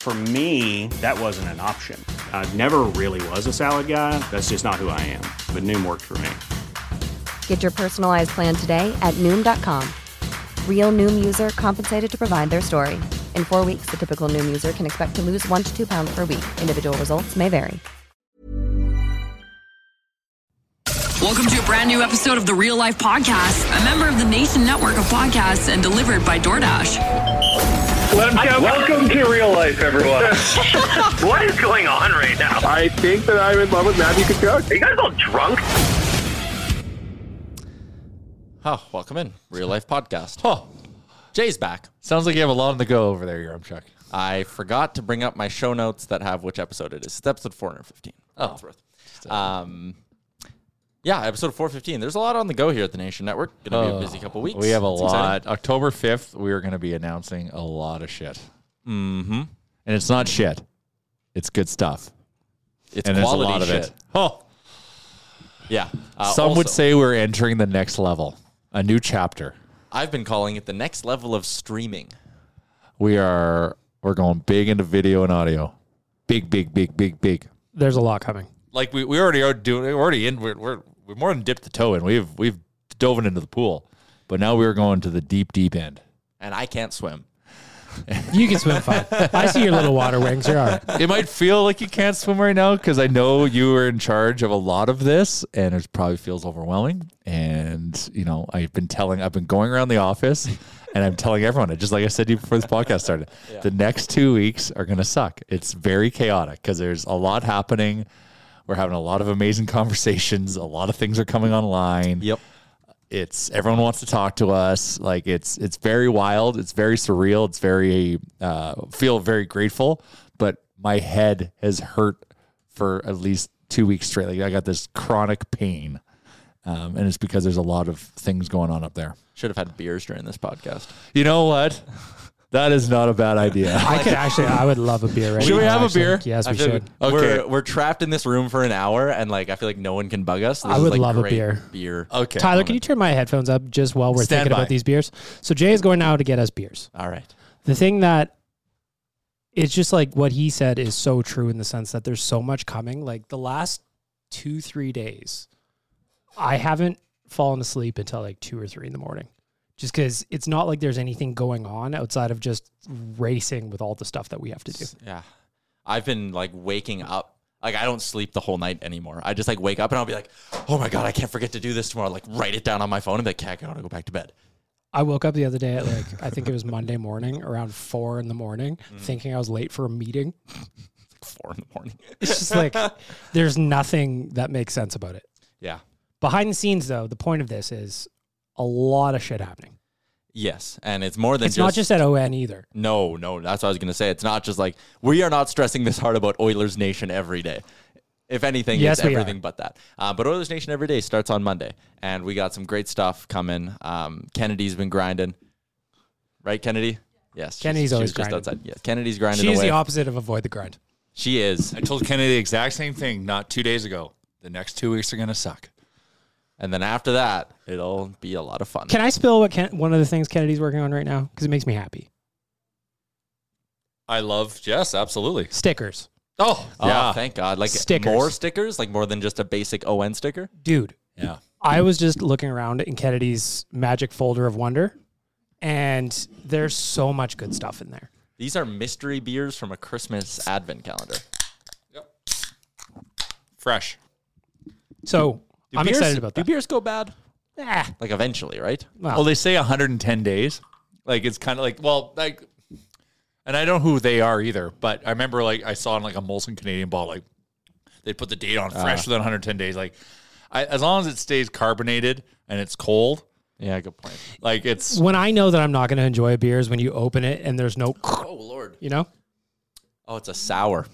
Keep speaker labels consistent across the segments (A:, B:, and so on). A: For me, that wasn't an option. I never really was a salad guy. That's just not who I am. But Noom worked for me.
B: Get your personalized plan today at Noom.com. Real Noom user compensated to provide their story. In four weeks, the typical Noom user can expect to lose one to two pounds per week. Individual results may vary.
C: Welcome to a brand new episode of the Real Life Podcast, a member of the Nation Network of podcasts and delivered by DoorDash.
D: Welcome to real life, everyone.
E: What is going on right now?
D: I think that I'm in love with Matthew Kachuk.
E: Are you guys all drunk?
F: Oh, welcome in. Real life podcast.
G: Oh,
F: Jay's back.
G: sounds like you have a lot on the go over there, Yarmchuk.
F: I forgot to bring up my show notes that have which episode it is. It's episode 415.
G: Oh.
F: It's worth. Um, yeah, episode 415. There's a lot on the go here at the Nation Network. Going to be a busy couple weeks.
G: Oh. We have a
F: It's exciting.
G: lot. October 5th, we are going to be announcing a lot of shit. Mm-hmm. And it's not shit. It's good stuff.
F: It's
G: and there's a
F: quality
G: lot of
F: shit.
G: it. Oh,
F: Yeah. Uh,
G: some would
F: also,
G: say we're entering the next level, a new chapter.
F: I've been calling it the next level of streaming.
G: We are we're going big into video and audio. Big, big, big, big, big.
H: There's a lot coming.
G: Like we, we already are doing. We're already in. We're, we're we more than dipped the toe in. We've we've dove into the pool, but now we're going to the deep, deep end.
F: And I can't swim.
H: You can swim fine. I see your little water wings. You're all right.
G: it might feel like you can't swim right now because I know you were in charge of a lot of this, and it probably feels overwhelming. And you know, I've been telling, I've been going around the office, and I'm telling everyone, just like I said to you before this podcast started, the next two weeks are gonna suck. It's very chaotic because there's a lot happening. We're having a lot of amazing conversations. A lot of things are coming online it's everyone wants to talk to us like it's it's very wild it's very surreal it's very uh feel very grateful but my head has hurt for at least two weeks straight like i got this chronic pain um, and it's because there's a lot of things going on up there
F: Should have had beers during this podcast.
G: you know what that is not a bad idea
H: I could actually. I would love a beer. Right
G: Should we
H: now,
G: have a
H: actually.
G: beer?
H: Yes,
F: I
H: we
F: feel
H: should.
G: Okay.
F: We're, we're trapped in this room for an hour, and like I feel like no one can bug us. So this
H: I
F: is,
H: would
F: like,
H: love a
F: great
H: beer.
F: Beer.
G: okay
H: Tyler, can you turn my headphones up just while we're
G: Stand
H: thinking
G: by.
H: about these beers? So Jay is going now to get us beers.
F: All right.
H: The thing that it's just like what he said is so true in the sense that there's so much coming. Like the last two, three days, I haven't fallen asleep until like two or three in the morning. Just because it's not like there's anything going on outside of just racing with all the stuff that we have to do.
F: Yeah. I've been like waking up. Like I don't sleep the whole night anymore. I just like wake up and I'll be like, oh my God, I can't forget to do this tomorrow. Like write it down on my phone and be like, okay, I gotta go back to bed.
H: I woke up the other day at like I think it was Monday morning around four in the morning, thinking I was late for a meeting.
F: Four in the morning.
H: It's just like there's nothing that makes sense about it.
F: Yeah.
H: Behind the scenes, though, the point of this is a lot of shit happening.
F: Yes. And it's more than
H: It's not just at ON either.
F: No, no, that's what I was gonna say. It's not just like we are not stressing this hard about Oilers Nation every day. If anything,
H: Yes,
F: it's
H: we are.
F: everything but that. Uh, but Oilers Nation every day starts on Monday, and we got some great stuff coming. Um, Kennedy's been grinding, right, Kennedy? Yes, she's-
H: Kennedy's
F: she
H: always
F: was just
H: grinding.
F: outside. Yes, Kennedy's grinding
H: She's
F: away.
H: the opposite of avoid the grind.
F: she is.
G: i told kenny the exact same thing not two days ago the next two weeks are gonna suck
F: And then after that, it'll be a lot of fun.
H: Can I spill what Ken- one of the things Kennedy's working on right now? Because it makes me happy.
F: I love yes, absolutely.
H: Stickers.
F: Oh,
G: yeah.
F: thank God. Like
H: Stickers.
F: more stickers, like more than just a basic ON sticker.
H: Dude,
G: Yeah.
H: I was just looking around in Kennedy's magic folder of wonder, and there's so much good stuff in there.
F: These are mystery beers from a Christmas advent calendar.
I: Fresh.
H: So
F: Do
H: I'm
F: beers-
H: excited about that.
F: Do beers go bad?
H: Ah,
F: Like eventually, right?
H: well,
G: Well, they say 110 days. Like it's kind of like well, like, and I don't know who they are either. But I remember like I saw in like a Molson Canadian ball, like they put the date on fresh within 110 days. Like I, as long as it stays carbonated and it's cold,
F: Yeah, good point.
G: like it's
H: when I know that I'm not going to enjoy a beer is when you open it and there's no,
F: Oh Lord.
H: you know,
F: Oh, it's a sour.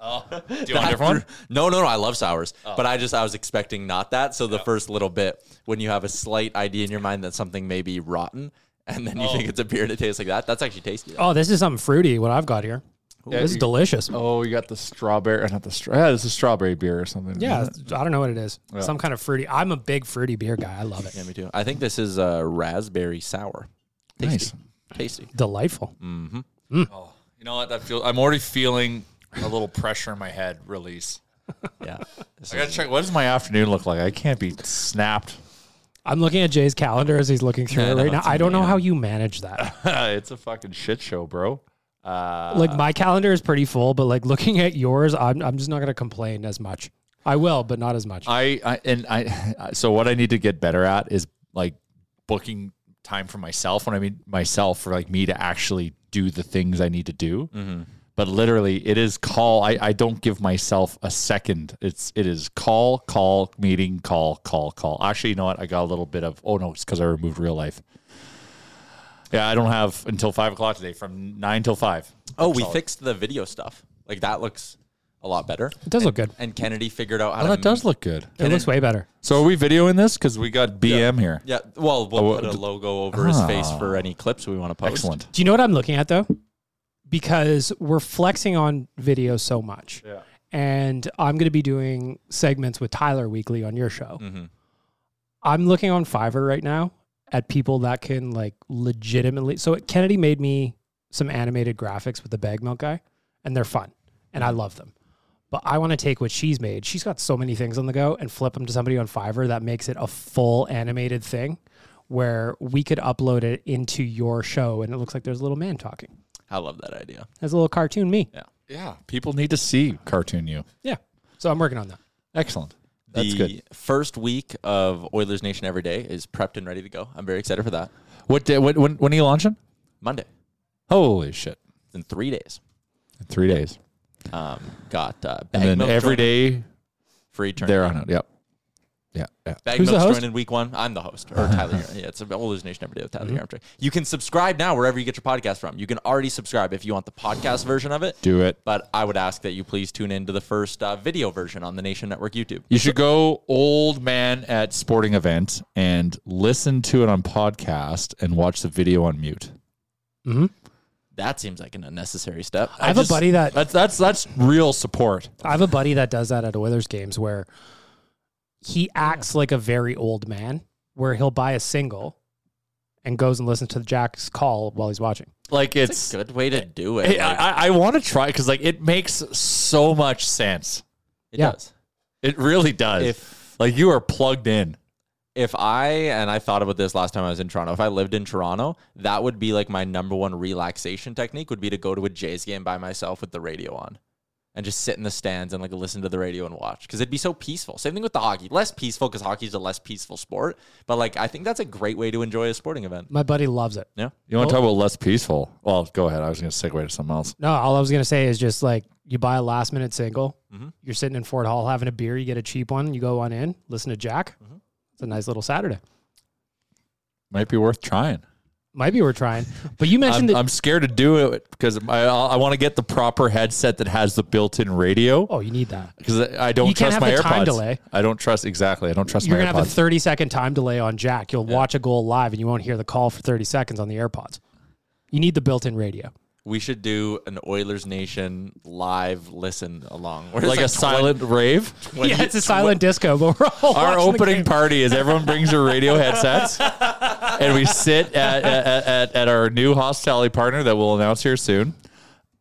G: do you want a different one? Oh.
F: No, no, no. I love sours, but I just I was expecting not that. So the first little bit, when you have a slight idea in your mind that something may be rotten, and then you
G: Oh.
F: think it's a beer and it tastes like that, that's actually tasty.
H: oh, this is something fruity. What I've got here.
G: Yeah,
H: this is
G: you-
H: delicious.
G: Oh, you got the strawberry, or not the straw. Yeah, this is strawberry beer or something.
H: Yeah,
G: isn't it?
H: I don't know what it is. Some kind of fruity. I'm a big fruity beer guy. I love it.
F: Yeah, me too. I think this is a raspberry sour. Tasty.
G: Nice.
F: Tasty.
H: Delightful.
G: Oh, You know what? I feel I'm already feeling a little pressure in my head release.
F: Yeah.
G: I gotta check. What does my afternoon look like? I can't be snapped.
H: I'm looking at Jay's calendar as he's looking through
F: I
H: it
F: know,
H: right now.
F: it's
H: I don't know
F: amazing.
H: how you manage that.
G: it's a fucking shit show, bro.
H: like my calendar is pretty full, but like looking at yours, I'm I'm just not gonna complain as much. I will, but not as much.
G: I, I and I. So what I need to get better at is like booking time for myself. When I mean myself, for like me to actually do the things I need to do. But literally, it is call. I, I don't give myself a second. It's it is call, call, meeting, call, call, call. Actually, you know what? I got a little bit of. Oh no, it's because I removed real life. Yeah, I don't have until five o'clock today. From nine till five.
F: Oh, we fixed the video stuff. Like that looks a lot better.
H: it does look good.
F: And Kennedy figured out how
G: Oh,
F: to
G: that does look good.
H: It looks way better.
G: So are we videoing this? Because we got BM here.
F: Yeah. Well, we'll
G: Oh,
F: put a
G: d- ah.
F: logo over his face for any clips we want to post.
G: Excellent.
H: Do you know what I'm looking at though? Because we're flexing on video so much. Yeah. And I'm gonna be doing segments with Tyler weekly on your show. I'm looking on Fiverr right now at people that can like legitimately. So Kennedy made me some animated graphics with the bag milk guy, and they're fun, and I love them. But I want to take what she's made. She's got so many things on the go and flip them to somebody on Fiverr that makes it a full animated thing where we could upload it into your show and it looks like there's a little man talking.
F: I love that idea.
H: There's a little cartoon me. Yeah.
G: Yeah, people need to see cartoon you.
H: So I'm working on that.
G: Excellent.
F: The
G: That's good.
F: first week of Oilers Nation Every Day is prepped and ready to go. I'm very excited for that.
G: What day? What, when, when are you launching?
F: Monday,
G: Holy shit!
F: in three days,
G: In three days,
F: um, got uh, bag
G: and then
F: milk
G: every
F: joining-
G: day
F: free turn.
G: they're on it. Yep. Yeah. yeah.
F: Bag
H: Who's the
F: Milk's
H: host?
F: joining week one. I'm the host, or Tyler. Yarn. yeah, it's Oilers Nation every day with Tyler
G: Mm-hmm.
F: Yarmtree. You can subscribe now wherever you get your podcast from. You can already subscribe if you want the podcast version of it.
G: Do it.
F: But I would ask that you please tune in to the first uh, video version on the Nation Network YouTube.
G: You should go old man at sporting event and listen to it on podcast and watch the video on mute.
F: That seems like an unnecessary step.
H: I have a buddy that
G: That's that's that's real support.
H: I have a buddy that does that at Oilers games where he acts like a very old man, where he'll buy a single and goes and listens to the Jack's call while he's watching.
G: Like
F: It's
G: it's.
F: a good way to do it.
G: Hey,
F: Like,
G: I, I- I want to try because like it makes so much sense.
F: it
H: yeah.
F: does.
G: It really does.
F: If-
G: like you are plugged in.
F: if I and I thought about this last time I was in Toronto, if I lived in Toronto, that would be like my number one relaxation technique would be to go to a Jays game by myself with the radio on and just sit in the stands and like listen to the radio and watch because it'd be so peaceful. Same thing with the hockey, less peaceful because hockey's a less peaceful sport, but like I think that's a great way to enjoy a sporting event.
H: My buddy loves it.
F: Yeah.
G: You
H: Oh.
G: want to talk about less peaceful? Well, go ahead. I was going to segue to something else.
H: No, all I was gonna say is just like you buy a last minute single,
G: Mm-hmm.
H: you're sitting in Fort Hall having a beer, you get a cheap one, you go on in, listen to Jack.
G: Mm-hmm.
H: It's a nice little Saturday.
G: Might be worth trying.
H: Might be worth trying. But you mentioned
G: I'm,
H: that
G: I'm scared to do it because I, I want to get the proper headset that has the built-in radio
H: oh, you need that.
G: because I I don't
H: You
G: trust
H: can't have
G: my
H: the
G: AirPods.
H: time delay.
G: I don't trust exactly. I don't trust
H: You're
G: my
H: gonna have a
G: AirPods.
H: 30 second time delay on Jack. You'll watch a goal live and you won't hear the call for 30 seconds on the AirPods. You need the built in radio.
F: We should do an Oilers Nation live listen along, Where it's
G: like a
F: 20
G: silent rave.
F: 20
H: yeah, it's a silent disco, but we're all
G: Our
H: watching the
G: opening
H: game.
G: party is everyone brings their radio headsets, and we sit at at, at at our new hospitality partner that we'll announce here soon,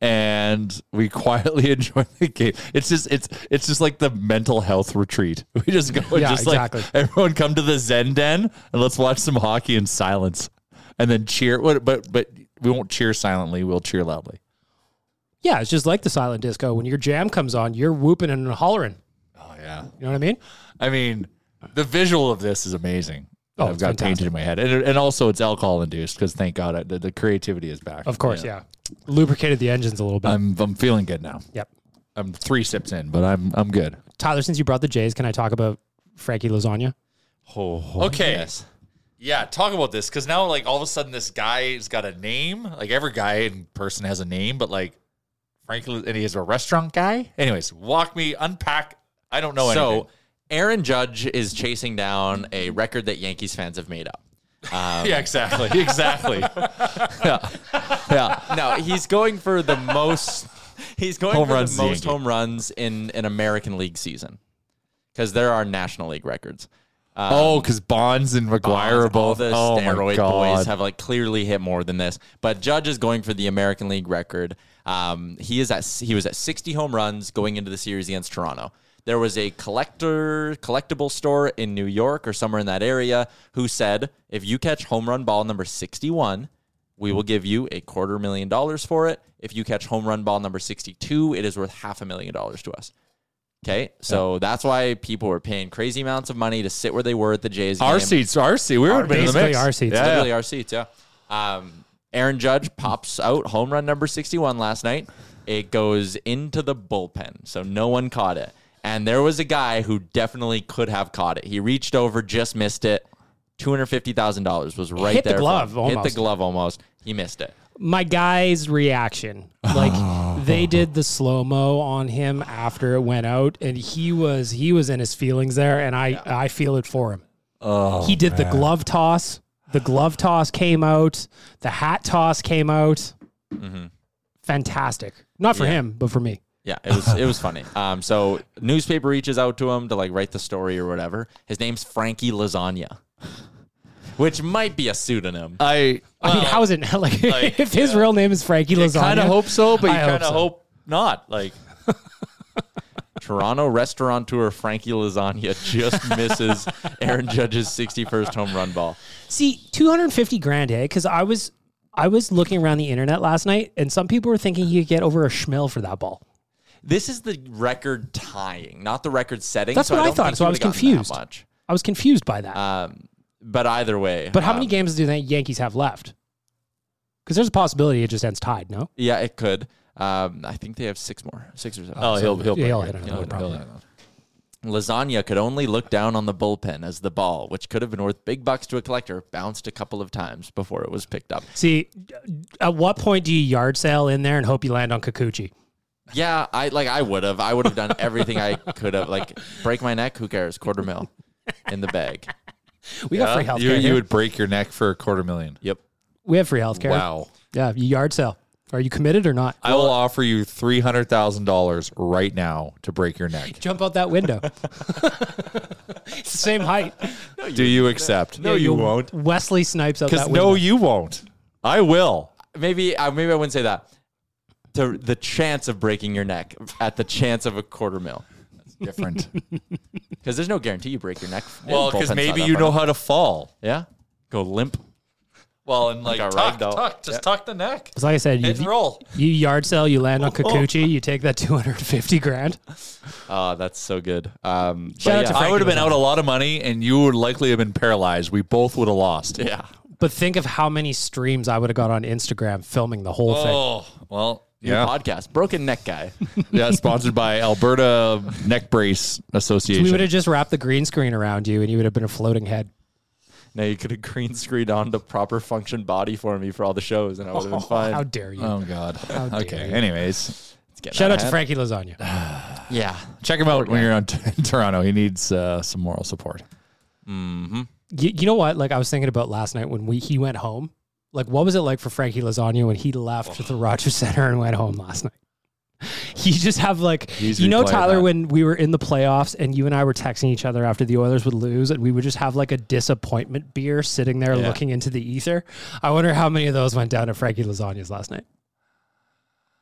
G: and we quietly enjoy the game. It's just it's it's just like the mental health retreat. We just go and
H: Yeah,
G: just
H: exactly.
G: like everyone come to the Zen Den and let's watch some hockey in silence, and then cheer. But but but we won't cheer silently. We'll cheer loudly.
H: Yeah, it's just like the silent disco. When your jam comes on, you're whooping and hollering.
G: Oh yeah.
H: You know what I mean?
G: I mean, the visual of this is amazing.
H: Oh,
G: I've
H: it's
G: got
H: fantastic.
G: painted in my head, and, and also it's alcohol induced because thank God I, the, the creativity is back.
H: Of course, yeah. Lubricated the engines a little bit.
G: I'm I'm feeling good now.
H: yep.
G: I'm three sips in, but I'm I'm good.
H: Tyler, since you brought the Jays, can I talk about Frankie Lasagna?
G: Okay. Oh, Yeah, talk about this because now, like, all of a sudden, this guy's got a name. Like, every guy in person has a name, but like, frankly, and he is a restaurant guy. Anyways, walk me, unpack. I don't know
F: so
G: anything.
F: Aaron Judge is chasing down a record that Yankees fans have made up.
G: yeah, exactly, exactly. yeah, yeah.
F: No, he's going for the most. He's going
G: Home
F: for
G: runs,
F: the most
G: Yankee.
F: home runs in an American League season because there are National League records.
G: oh, because Bonds and McGuire are
F: Bonds, all
G: both
F: the
G: oh my
F: steroid
G: God.
F: boys have like clearly hit more than this. But Judge is going for the American League record. Um, he is at he was at 60 home runs going into the series against Toronto. There was a collector collectible store in New York or somewhere in that area who said, if you catch home run ball number 61, we will give you a quarter million dollars for it. If you catch home run ball number 62, it is worth half a million dollars to us. Okay, so that's why people were paying crazy amounts of money to sit where they were at the Jays.
G: Our
F: game.
G: seats, our seat. We would have been in the
H: basically
G: mix.
H: our seats.
G: Yeah.
F: Literally our seats, yeah. Um, Aaron Judge pops out home run number 61 last night. It goes into the bullpen, so no one caught it. And there was a guy who definitely could have caught it. He reached over, just missed it. $250,000 was right
H: Hit the
F: there. for
H: glove
F: him. Hit
H: almost.
F: the glove almost. He missed it.
H: My guy's reaction. Like they did the slow mo on him after it went out, and he was he was in his feelings there, and I I feel it for him. Oh, he did the glove toss. The glove toss came out. The hat toss came out. Fantastic. Not for him, but for me.
F: Yeah, it was it was funny. Um, so newspaper reaches out to him to like write the story or whatever. His name's Frankie Lasagna, which might be a pseudonym.
G: I,
H: I mean, how is it like, if his real name is Frankie Lasagna?
G: kind of hope so, but you
H: I hope
G: kind of
H: so.
G: hope not. Like,
F: Toronto restaurateur Frankie Lasagna just misses Aaron Judge's 61st home run ball.
H: See, 250 grand, eh? Because I was I was looking around the internet last night, and some people were thinking he could get over a schmill for that ball.
F: This is the record tying, not the record setting.
H: That's
F: so
H: what I
F: don't
H: thought,
F: think
H: so
F: he
H: I was
F: would've gotten that
H: confused.
F: much.
H: I was confused by that.
G: Uh,
F: But either way,
H: but how many
F: um,
H: games do the Yankees have left? Because there's a possibility it just ends tied. No,
F: Yeah, it could. Um, I think they have six more, six or seven.
G: oh, he'll he'll
H: Yeah,
G: break
H: he'll
G: it.
H: hit another
G: He'll
H: one,
G: hit
H: probably.
G: another one.
F: Lasagna could only look down on the bullpen as the ball, which could have been worth big bucks to a collector, bounced a couple of times before it was picked up.
H: see, at what point do you yard sale in there and hope you land on Kikuchi?
F: Yeah, I like I would have. I would have done everything I could have. Like break my neck, who cares? Quarter mil in the bag.
H: We got free healthcare.
G: You, you
H: here.
G: would break your neck for a quarter million.
F: Yep.
H: we have free healthcare.
G: Wow.
H: Yeah, you yard sale. Are you committed or not?
G: I will offer you three hundred thousand dollars right now to break your neck.
H: Jump out that window. it's the same height.
G: Do you accept?
H: Yeah, you'll- Wesley Snipes out
G: Because
H: that window.
G: no, you won't. I will.
F: Maybe uh, maybe I wouldn't say that. To the chance of breaking your neck at the chance of a quarter mil.
G: Different.
F: Because there's no guarantee you break your neck.
G: well,
F: Bullpen's
G: because
F: not
G: maybe
F: that
G: you
F: far
G: know
F: down.
G: how to fall.
F: Yeah. Go limp.
G: Well, and like,
F: Like a
G: tuck,
F: ragdoll.
G: tuck, just
F: Yeah.
G: tuck the neck.
H: It's like I said,
G: Hit and
H: you,
G: roll.
H: you yard sale, you land
G: Oh,
H: on Kikuchi, you take that 250 grand.
F: Oh, that's so good. Um, but
H: Shout out
F: yeah,
H: to
G: I
H: Frankie
G: would have been
H: Lasagna.
G: out a lot of money, and you would likely have been paralyzed. We both would have lost.
F: yeah.
H: But think of how many streams I would have got on Instagram filming the whole thing.
G: Oh well,
F: New podcast. Broken neck guy.
G: yeah. Sponsored by Alberta Neck Brace
H: We would
G: Association.
H: have just wrapped the green screen around you and you would have been a floating head.
F: now you could have green screened on the proper function body for me for all the shows, and I would have been fine.
H: How dare you?
G: Oh God.
H: dare
G: okay.
H: you.
G: Anyways,
F: It's getting
H: Shout out to
F: ahead.
H: Frankie Lasagna.
F: Yeah.
G: check him out when you're on t- in Toronto. He needs uh, some moral support.
H: You, you know what? Like I was thinking about last night when we he went home Like, what was it like for Frankie Lasagna when he left the Rogers Center and went home last night? You just have like,
G: He's
H: you know,
G: replaying
H: Tyler,
G: that.
H: when we were in the playoffs and you and I were texting each other after the Oilers would lose, and we would just have like a disappointment beer sitting there
G: Yeah.
H: looking into the ether. I wonder how many of those went down to Frankie Lasagna's last night.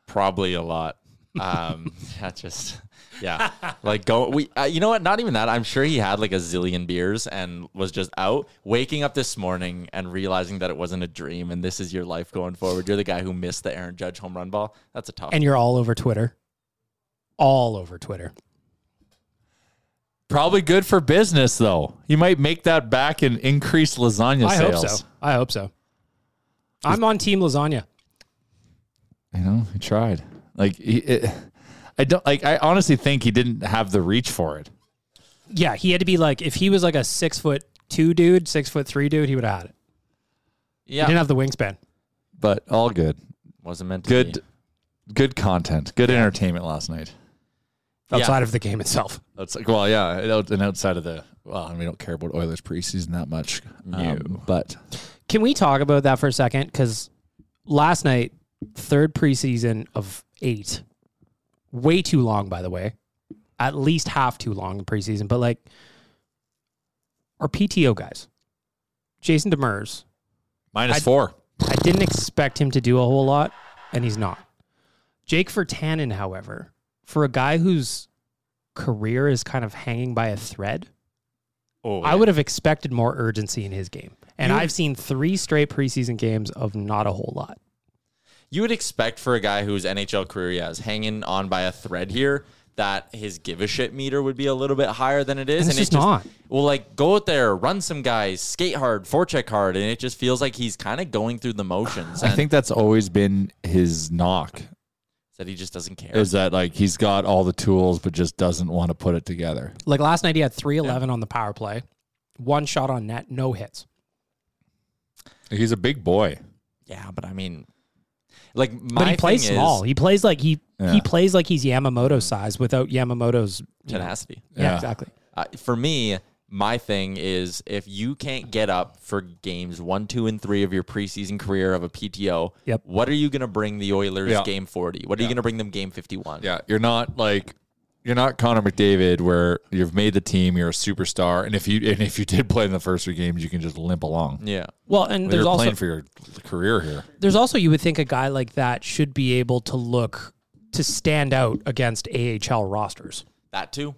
F: probably a lot. Um, that just yeah, like go. We uh, you know what? Not even that. I'm sure he had like a zillion beers and was just out. Waking up this morning and realizing that it wasn't a dream and this is your life going forward. You're the guy who missed the Aaron Judge home run ball. That's a tough.
H: And you're all over Twitter. All over Twitter.
G: Probably good for business though. You might make that back and increase lasagna
H: I
G: sales.
H: hope so. I hope so. I'm on Team Lasagna.
G: You know, he tried. Like he, it, I don't like. I honestly think he didn't have the reach for it.
H: Yeah, he had to be like if he was like a six foot two dude, six foot three dude, he would have had it.
F: yeah,
H: He didn't have the wingspan.
G: But all good.
F: wasn't meant to.
G: Good.
F: Be.
G: Good content. Good entertainment last night.
F: Yeah.
H: Outside of the game itself,
G: That's like well, yeah, and out- and outside of the well, and we don't care about Oilers preseason that much. Um, but
H: can we talk about that for a second? Because last night, third preseason of eight, way too long, by the way, at least half too long in preseason. But like, our PTO guys, Jason Demers,
G: minus
H: I-
G: four.
H: I didn't expect him to do a whole lot, and he's not. Jake Vertanen, however, for a guy whose career is kind of hanging by a thread,
F: Oh,
H: I would have expected more urgency in his game. And I've seen three straight preseason games of not a whole lot.
F: you would expect for a guy whose NHL career he has hanging on by a thread here that his give a shit meter would be a little bit higher than it is.
H: And it's
F: it
H: just not.
F: Well, like go out there, run some guys, skate hard, forecheck hard, and it just feels like he's kind of going through the motions.
G: I
F: and
G: think that's always been his knock
F: that he just doesn't care.
G: is that like he's got all the tools but just doesn't want to put it together.
H: Like last night, he had 311 on the power play, one shot on net, no hits.
G: He's a big boy.
F: yeah, but I mean, like my
H: But he plays
F: thing
H: small.
F: is
H: he plays like he
G: Yeah.
H: he plays like he's Yamamoto size without Yamamoto's you know-
F: tenacity.
H: yeah,
G: Yeah.
H: exactly.
F: Uh, for me, my thing is if you can't get up for games one, two, and three of your preseason career of a PTO,
H: Yep.
F: what are you going to bring the Oilers
G: Yeah.
F: game 40? What are you going to bring them game 51?
G: Yeah, you're not like you're not Connor McDavid where you've made the team, you're a superstar, and if you and if you did play in the first three games, you can just limp along.
F: Yeah.
H: Well, and there's
G: you're
H: also
G: playing for your career here.
H: there's also you would think a guy like that should be able to look to stand out against AHL rosters.
F: That too.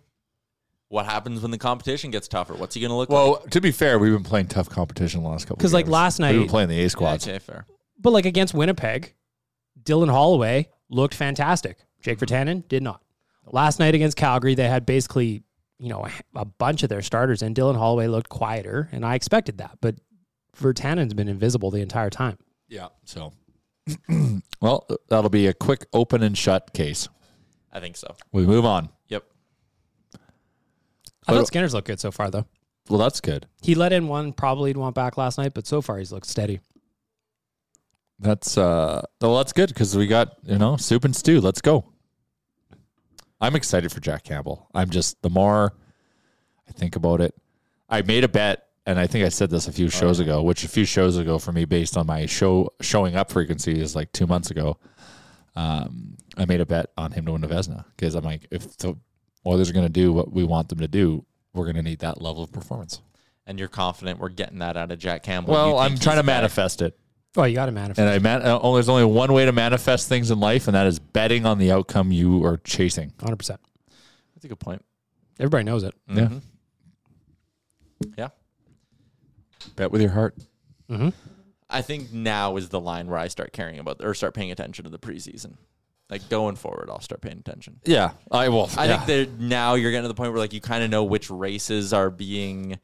F: What happens when the competition gets tougher? What's he going to look like?
G: Well, to be fair, we've been playing tough competition the last couple.
H: 'Cause, like,
G: games.
H: last
G: we've
H: night-
G: been playing the A
F: Yeah,
G: squads.
F: okay, fair.
H: But like against Winnipeg, Dylan Holloway looked fantastic. Jake Vertanen did not. Last night against Calgary, they had basically you know a bunch of their starters, and Dylan Holloway looked quieter, and I expected that. But Vertanen's been invisible the entire time.
G: Yeah. So, well, that'll be a quick open and shut case.
F: I think so.
G: We move on.
F: Yep.
H: I
G: But-
H: thought Skinner's looked good so far, though.
G: Well, that's good.
H: He let in one probably he'd want back last night, but so far he's looked steady.
G: That's uh. Well, that's good because we got you know soup and stew. Let's go. I'm excited for Jack Campbell. I'm just the more I think about it, I made a bet, and I think I said this a
F: Oh,
G: few shows ago, which a few shows ago for me, based on my show showing up frequency, is like two months ago. Um, I made a bet on him to win the Vesna because I'm like, if the Oilers are going to do what we want them to do, we're going to need that level of performance.
F: And you're confident we're getting that out of Jack Campbell. You
G: Well,
F: think
G: I'm
F: he's
G: trying to
F: better.
G: manifest it.
H: Oh, you got to manifest.
G: And I man- uh, oh, there's only one way to manifest things in life, and that is betting on the outcome you are chasing.
H: 100%.
F: That's a good point.
H: Everybody knows it.
G: Yeah,
F: Yeah.
G: bet with your heart.
F: I think now is the line where I start caring about or start paying attention to the preseason. Like going forward, I'll start paying attention.
G: Yeah, I will.
F: I
G: yeah.
F: think that now you're getting to the point where like you kind of know which races are being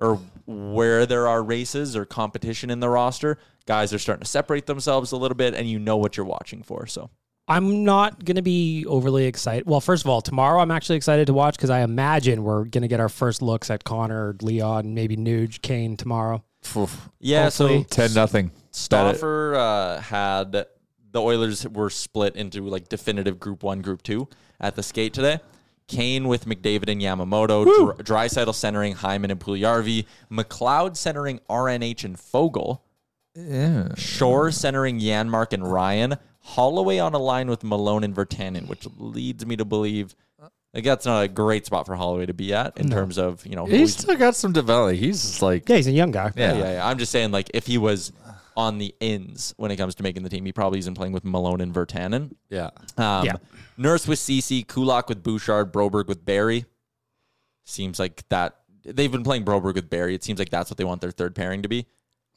F: or where there are races or competition in the roster. Guys are starting to separate themselves a little bit, and you know what you're watching for. So
H: I'm not going to be overly excited. Well, first of all, tomorrow I'm actually excited to watch because I imagine we're going to get our first looks at Connor, Leon, maybe Nuge, Kane tomorrow.
F: yeah,
H: Hopefully.
F: so
G: ten nothing.
F: Stoffer uh, had the Oilers were split into like definitive Group One, Group Two at the skate today. Kane with McDavid and Yamamoto, Dr- Drysaddle centering Hyman and Puliarvi, McLeod centering RNH and Fogle, Shore centering Yanmark and Ryan. Holloway on a line with Malone and Vertanen, which leads me to believe like that's not a great spot for Holloway to be at in terms of you know who
G: He's
F: he's
G: still got some development. He's just like
H: Yeah, he's a young guy.
G: Yeah.
F: yeah, yeah, yeah. I'm just saying, like, if he was on the ends when it comes to making the team, he probably isn't playing with Malone and Vertanen.
G: yeah.
F: Um,
H: Yeah.
F: Nurse with CC, Kulak with Bouchard, Broberg with Barry. Seems like that they've been playing Broberg with Barry. It seems like that's what they want their third pairing to be.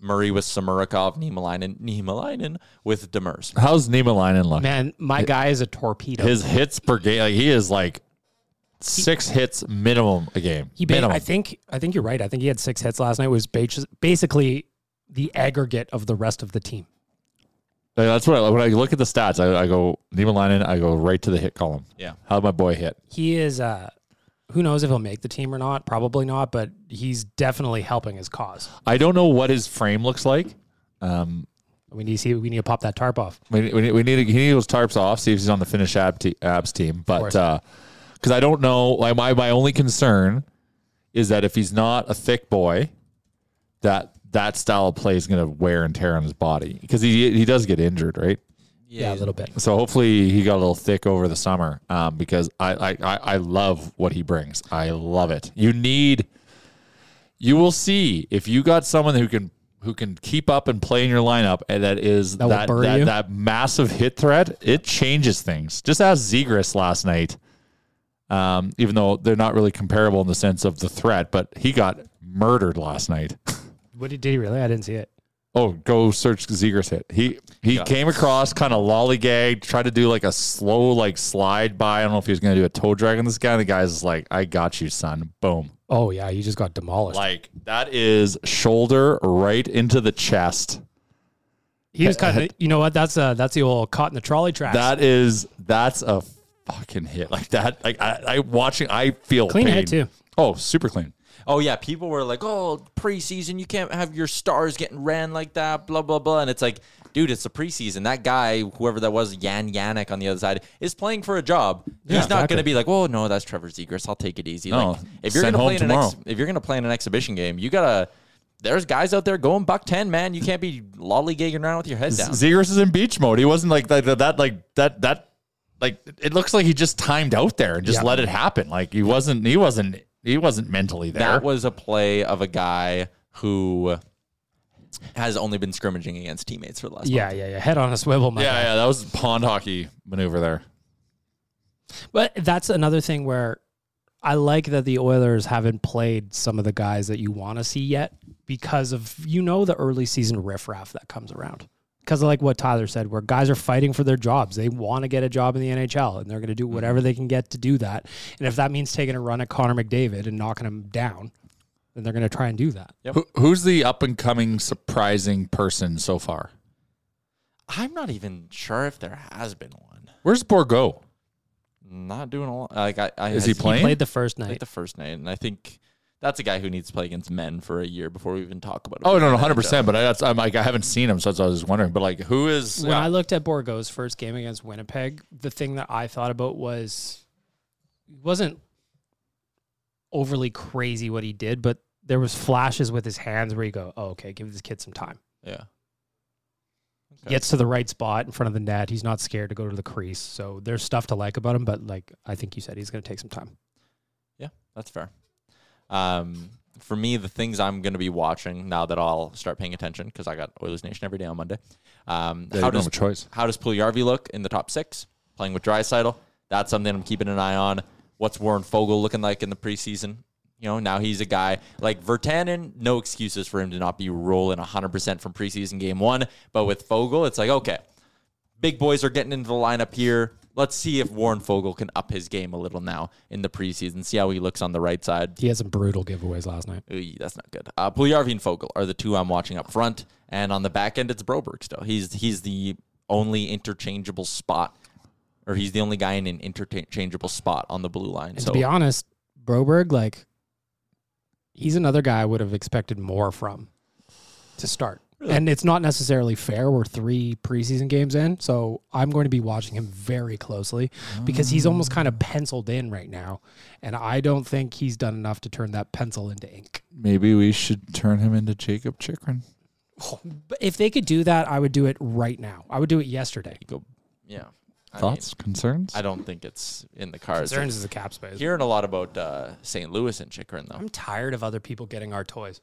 F: Murray with Samurakov, Niemelainen, Niemelainen with Demers.
G: How's Niemelainen look?
H: Man, my guy is a torpedo.
G: His hits per game, like he is like six hits minimum a game.
H: he ba-
G: minimum.
H: I think I think you're right. I think he had six hits last night. It was ba- basically the aggregate of the rest of the team.
G: Like, that's what I, when I look at the stats, I, I go Niemelainen, I go right to the hit column.
F: Yeah.
G: How'd my boy hit?
H: He is uh who knows if he'll make the team or not? Probably not, but he's definitely helping his cause.
G: I don't know what his frame looks like. Um,
H: We need to see we need to pop that tarp off.
G: we, we, we need to, he needs those tarps off. See if he's on the Finnish ab te- abs team, but
H: course.
G: because I don't know, like my my only concern is that if he's not a thick boy, that that style of play is going to wear and tear on his body because he he does get injured, right?
H: Yeah, a little bit.
G: So hopefully he got a little thick over the summer um, because I, I, I, I love what he brings. I love it. You need, you will see if you got someone who can who can keep up and play in your lineup and that is
H: That
G: that
H: will
G: that,
H: bury
G: that,
H: you.
G: massive hit threat. It changes things. Just ask Zegris last night. Um, even though they're not really comparable in the sense of the threat, but he got murdered last night.
H: What did, did he really? I didn't see it.
G: Oh, go search Zegers hit. He he
F: Yeah.
G: came across kind of lollygagged, tried to do like a slow like slide by. I don't know if he was gonna do a toe drag on this guy. The guy's just like, I got you, son. Boom.
H: Oh yeah, he just got demolished.
G: Like that is shoulder right into the chest.
H: he was kind of you know what? That's uh that's the old caught in the trolley tracks.
G: That is that's a fucking hit. Like that. Like I, I watching. I feel
H: Clean
G: pain.
H: hit, too.
G: Oh, super clean.
F: Oh yeah, people were like, "Oh, preseason, you can't have your stars getting ran like that." Blah blah blah, and it's like, dude, it's the preseason. That guy, whoever that was, Yan Yannick on the other side, is playing for a job. He's not
H: exactly.
F: going to be like, "Oh no, that's Trevor Zegers. I'll take it easy."
G: No,
F: like, if you're
G: Oh,
F: going
G: send
F: to play
G: home
F: in an ex-
G: tomorrow.
F: if you're going to play in an exhibition game, you gotta. There's guys out there going buck ten, man. You can't be lollygagging around with your head down.
G: Zegers is in beach mode. He wasn't like that. That, that like that that like it looks like he just timed out there and just
H: Yeah.
G: let it happen. Like he wasn't. He wasn't. He wasn't mentally there.
F: That was a play of a guy who has only been scrimmaging against teammates for the last.
H: yeah, yeah, yeah. Head on a swivel, my guy.
G: yeah, yeah. That was pond hockey maneuver there.
H: But that's another thing where I like that the Oilers haven't played some of the guys that you want to see yet because of you know the early season riffraff that comes around. Because of like what Tyler said, where guys are fighting for their jobs. They want to get a job in the NHL and they're going to do whatever they can get to do that. And if that means taking a run at Connor McDavid and knocking him down, then they're going to try and do that.
G: Who, who's the up and coming surprising person so far?
F: I'm not even sure if there has been one.
G: Where's Borgo?
F: Not doing a lot. Like I, I
G: Is
F: I
G: he
F: see-
G: playing?
H: Played the first
F: Like
H: night.
F: the first night, and I think that's a guy who needs to play against men for a year before we even talk about it.
G: Oh no, no, hundred percent. But I, that's, I'm like I haven't seen him, so that's what I was wondering. But like, who is?
H: when
G: yeah.
H: I looked at Borgo's first game against Winnipeg, the thing that I thought about was it wasn't overly crazy what he did, but there was flashes with his hands where you go, oh, okay, give this kid some time.
F: Yeah,
H: He Gets to the right spot in front of the net. He's not scared to go to the crease. So there's stuff to like about him, but like I think you said, he's going to take some time.
F: yeah, that's fair. Um, for me, the things I'm going to be watching now that I'll start paying attention because I got Oilers Nation every day on Monday. Um,
G: Yeah, you
F: how
G: don't
F: does
G: have a choice.
F: how does Puljujarvi look in the top six playing with Drysital? That's something I'm keeping an eye on. What's Warren Fogle looking like in the preseason? You know, now he's a guy like Vertanen. No excuses for him to not be rolling 100% from preseason game one. But with Fogle, it's like okay, big boys are getting into the lineup here. Let's see if Warren Fogle can up his game a little now in the preseason. See how he looks on the right side.
H: He had some brutal giveaways last night.
F: Ooh, that's not good. Uh, Puljujarvi and Fogel are the two I'm watching up front, and on the back end, it's Broberg still. He's he's the only interchangeable spot, or he's the only guy in an interchangeable spot on the blue line.
H: And
F: so
H: to be honest, Broberg, like, he's another guy I would have expected more from to start. And it's not necessarily fair. We're three preseason games in, so I'm going to be watching him very closely because he's almost kind of penciled in right now, and I don't think he's done enough to turn that pencil into ink.
G: Maybe we should turn him into Jacob Chikrin.
H: But if they could do that, I would do it right now. I would do it yesterday.
F: Yeah. I mean,
G: Thoughts, concerns?
F: I don't think it's in the cards.
H: Concerns is the cap space.
F: Hearing a lot about uh, St. Louis and Chikrin though.
H: I'm tired of other people getting our toys.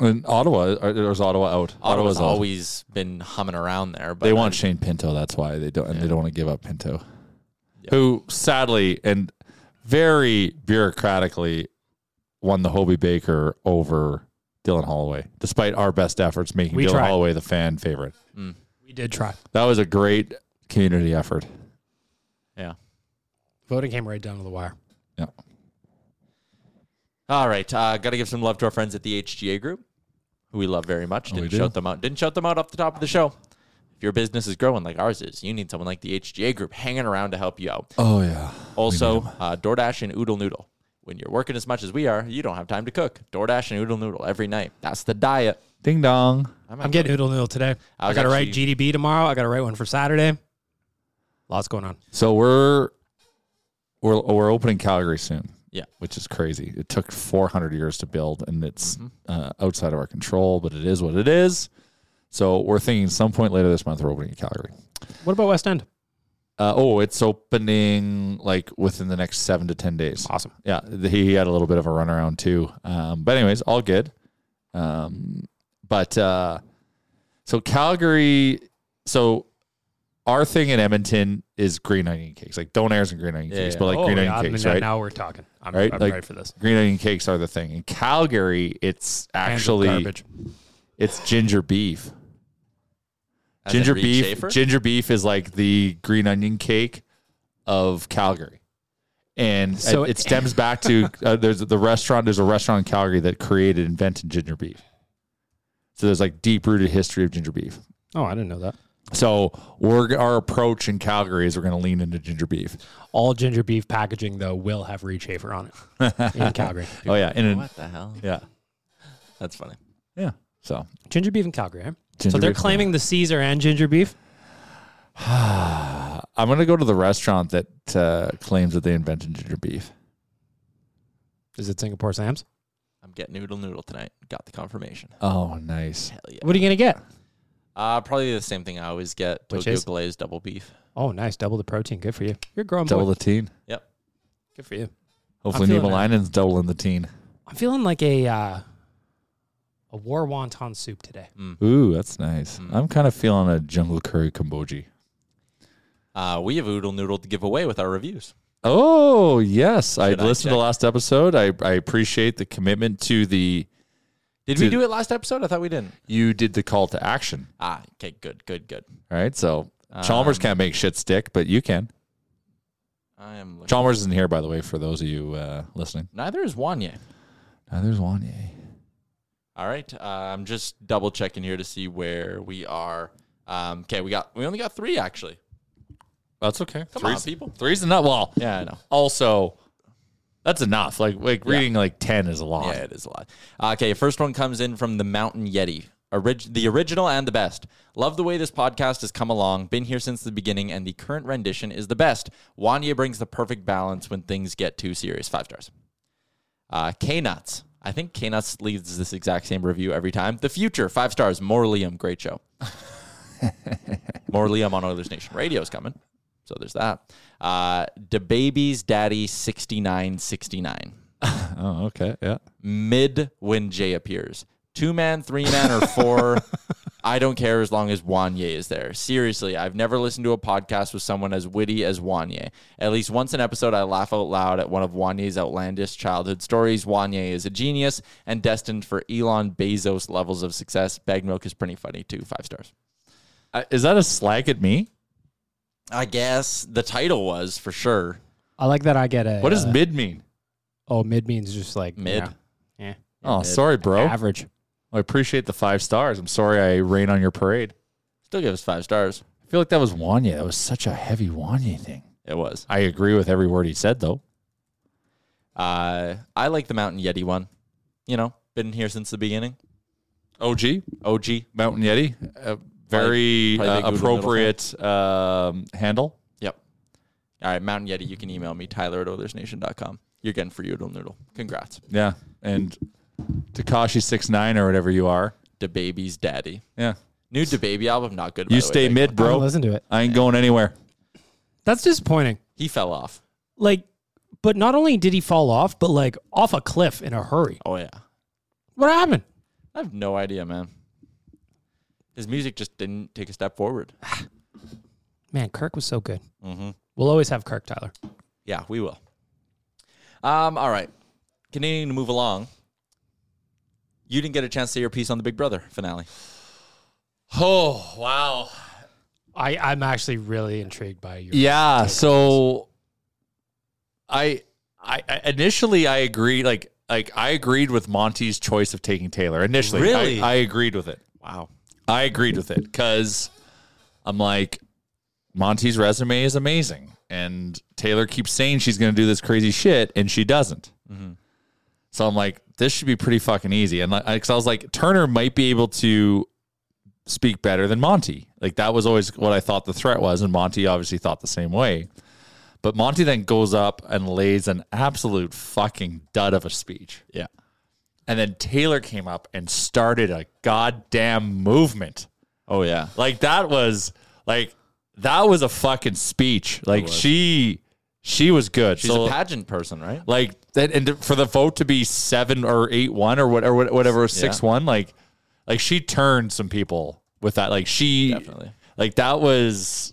G: And Ottawa, or, or is Ottawa out?
F: Ottawa's
G: out.
F: always been humming around there, but
G: They want
F: I'm-
G: Shane Pinto. That's why they don't. And they don't want to give up Pinto, who sadly and very bureaucratically won the Hobie Baker over Dylan Holloway, despite our best efforts making
H: We
G: Dylan
H: tried.
G: Holloway the fan favorite.
H: We did try.
G: That was a great community effort.
F: Yeah.
H: Voting came right down to the wire.
G: Yeah.
F: All right, uh, got to give some love to our friends at the HGA Group, who we love very much. Didn't
G: do.
F: shout them out. Didn't shout them out off the top of the show. If your business is growing like ours is, you need someone like the HGA Group hanging around to help you out.
G: Oh yeah.
F: Also, uh, DoorDash and Oodle Noodle. When you're working as much as we are, you don't have time to cook. DoorDash and Oodle Noodle every night. That's the diet.
G: Ding dong.
H: I'm getting oodle noodle today.
F: I
H: I,
F: was
H: got to write
F: actually-
H: GDB tomorrow. I got to write one for Saturday. Lots going on.
G: So we're we're we're opening Calgary soon.
F: Yeah.
G: which is crazy. It took 400 years to build, and it's uh, outside of our control, but it is what it is. So we're thinking some point later this month we're opening in Calgary.
H: What about West End?
G: Uh, oh, it's opening like within the next seven to ten days.
H: Awesome.
G: Yeah, th- he had a little bit of a runaround too. Um, but anyways, all good. Um, but uh, so Calgary, so our thing in Edmonton is green onion cakes, like donairs and green onion
F: Yeah,
G: cakes,
F: yeah.
G: but like
H: Oh,
G: green onion
H: I mean,
G: cakes,
H: now-
G: right?
H: Now we're talking. I'm,
G: Right?
H: I'm
G: Like-
H: ready for this.
G: Green onion cakes are the thing. In Calgary, it's
H: Hands of
G: actually
H: garbage.
G: it's ginger beef.
F: As in
G: Ginger
F: Reed
G: beef.
F: Schaefer?
G: Ginger beef is like the green onion cake of Calgary, and
H: So-
G: it, it stems back to uh, there's the restaurant. There's a restaurant in Calgary that created invented ginger beef. So there's like deep rooted history of ginger beef.
H: Oh, I didn't know that.
G: So we're our approach in Calgary is we're going to lean into ginger beef.
H: All ginger beef packaging though will have Reed Schaefer on it in Calgary.
G: Oh yeah, and in,
F: What the hell?
G: yeah,
F: That's funny.
G: yeah. So
H: Ginger beef in Calgary. eh?
G: Ginger
H: so they're
G: beef.
H: claiming the Caesar and ginger beef.
G: I'm going to go to the restaurant that uh, claims that they invented ginger beef.
H: Is it Singapore Sam's?
F: I'm getting Oodle Noodle tonight. Got the confirmation.
G: Oh, nice.
F: Hell yeah.
H: What are you gonna get?
F: Uh, probably the same thing I always get.
H: Which
F: Tokyo
H: is?
F: glazed double beef.
H: Oh, nice, double the protein. Good for you. You're growing
G: Double
H: boy.
G: the teen.
F: Yep.
H: Good for you.
G: Hopefully,
H: feeling
G: Nima Linen's doubling the teen.
H: I'm feeling like a uh, a war wonton soup today.
G: Ooh, that's nice. I'm kind of feeling a jungle curry kombuji.
F: Uh, we have Oodle Noodle to give away with our reviews.
G: Oh yes, I
F: Should I
G: listened to
F: check?
G: last episode. I, I appreciate the commitment to the.
F: Did we
G: Dude.
F: do it last episode? I thought we didn't.
G: You did the call to action,
F: Ah, okay, good, good, good.
G: right? So Chalmers
F: Um,
G: can't make shit stick, but you can.
F: I am. Looking.
G: Chalmers isn't here, by the way, for those of you uh, listening.
F: Neither is Wanye.
G: Neither's Wanye.
F: All right, uh, I'm just double checking here to see where we are. Um, okay, we got we only got three actually.
G: That's okay.
F: Come on,
G: three's,
F: people.
G: Three's enough. Well,
F: Yeah, I know.
G: Also, that's enough. Like like reading like ten is a lot.
F: Yeah, it is a lot. Uh, okay, first one comes in from the Mountain Yeti. Orig- the original and the best. Love the way this podcast has come along. Been here since the beginning, and the current rendition is the best. Wanya brings the perfect balance when things get too serious. Five stars. Uh, K Nuts. I think K Nuts leaves this exact same review every time. The future. Five stars. More Liam. Great show. More Liam on Oilers Nation Radio is coming. So there's that. Uh, DeBaby's Daddy 6969
G: Oh, okay. Yeah.
F: mid when Jay appears. Two man, three man, or four. I don't care as long as Wanye is there. Seriously, I've never listened to a podcast with someone as witty as Wanye. At least once an episode, I laugh out loud at one of Wanye's outlandish childhood stories. Wanye is a genius and destined for Elon Bezos levels of success. Bag milk is pretty funny too. Five stars.
G: Uh, is that a slag at me?
F: I guess the title was for sure
H: I like that. I get a.
G: What does
H: uh,
G: mid mean?
H: Oh, mid means just like
F: mid.
H: Yeah.
G: Oh, sorry, bro.
H: Average.
G: I appreciate the five stars. I'm sorry I rain on your parade.
F: Still give us five stars.
G: I feel like that was Wanya. That was such a heavy Wanya thing.
F: It was.
G: I agree with every word he said, though.
F: Uh, I like the Mountain Yeti one. You know, been here since the beginning.
G: OG,
F: OG.
G: Mountain Yeti, a very
F: probably
G: uh,
F: big Udo
G: appropriate um, handle.
F: Yep. All right, Mountain Yeti, you can email me, Tyler at OilersNation.com. You're getting free Oodle Noodle. Congrats.
G: Yeah. And Takashi69 or whatever you are,
F: DeBaby's daddy.
G: Yeah.
F: New DeBaby album, not good. by
G: You
F: the way,
G: stay
F: Nick.
G: mid, bro.
H: I'll listen to it.
G: I ain't going anywhere.
H: That's disappointing.
F: He fell off.
H: Like, but not only did he fall off, but like off a cliff in a hurry.
F: Oh yeah.
H: What happened?
F: I have no idea, man. His music just didn't take a step forward.
H: Man, Kirk was so good.
F: Mm-hmm.
H: We'll always have Kirk Tyler.
F: Yeah, we will. Um, all right. Continuing to move along. You didn't get a chance to say your piece on the Big Brother finale.
G: Oh, wow.
H: I, I'm actually really intrigued by
F: E-
H: your
G: Yeah. So I, I I- initially I agreed like like I agreed with Monty's choice of taking Taylor. Initially. I-
F: Really?
G: I agreed with it.
F: Wow.
G: I agreed with it because I'm like, Monty's resume is amazing. And Taylor keeps saying she's going to do this crazy shit, and she doesn't.
F: Mm-hmm.
G: So I'm like, this should be pretty fucking easy. And like, I, 'cause I was like, Turner might be able to speak better than Monty. Like, that was always what I thought the threat was. And Monty obviously thought the same way. But Monty then goes up and lays an absolute fucking dud of a speech.
F: Yeah.
G: And then Taylor came up and started a goddamn movement.
F: Oh yeah.
G: Like that was like that was a fucking speech. Like she she was good.
F: She's
G: so
F: a pageant person, right?
G: like that and to- for the vote to be 7 or 8 1 or whatever whatever 6 1 like like she turned some people with that like she
F: Definitely.
G: like that was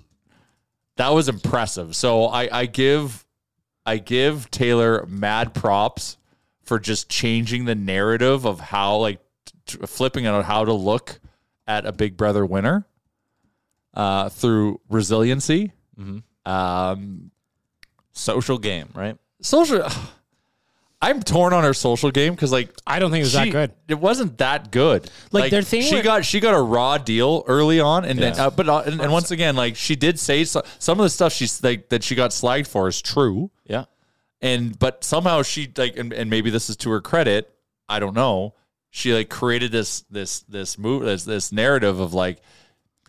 G: that was impressive. So I I give I give Taylor mad props for just changing the narrative of how like t- t- flipping it on how to look at a Big Brother winner uh, through resiliency. Um,
F: Mm-hmm. Social game, right?
G: social. I'm torn on her social game because like
H: I don't think it was
G: she-
H: that good.
G: It wasn't that good.
H: Like, their thing
G: she
H: where-
G: got she got a raw deal early on, and then
F: Yeah.
G: uh, but uh, and, and once again, like she did say so, some of the stuff she's like that she got slagged for is true,
F: Yeah.
G: and but somehow she like and, and maybe this is to her credit, I don't know. She like created this this this move this this narrative of like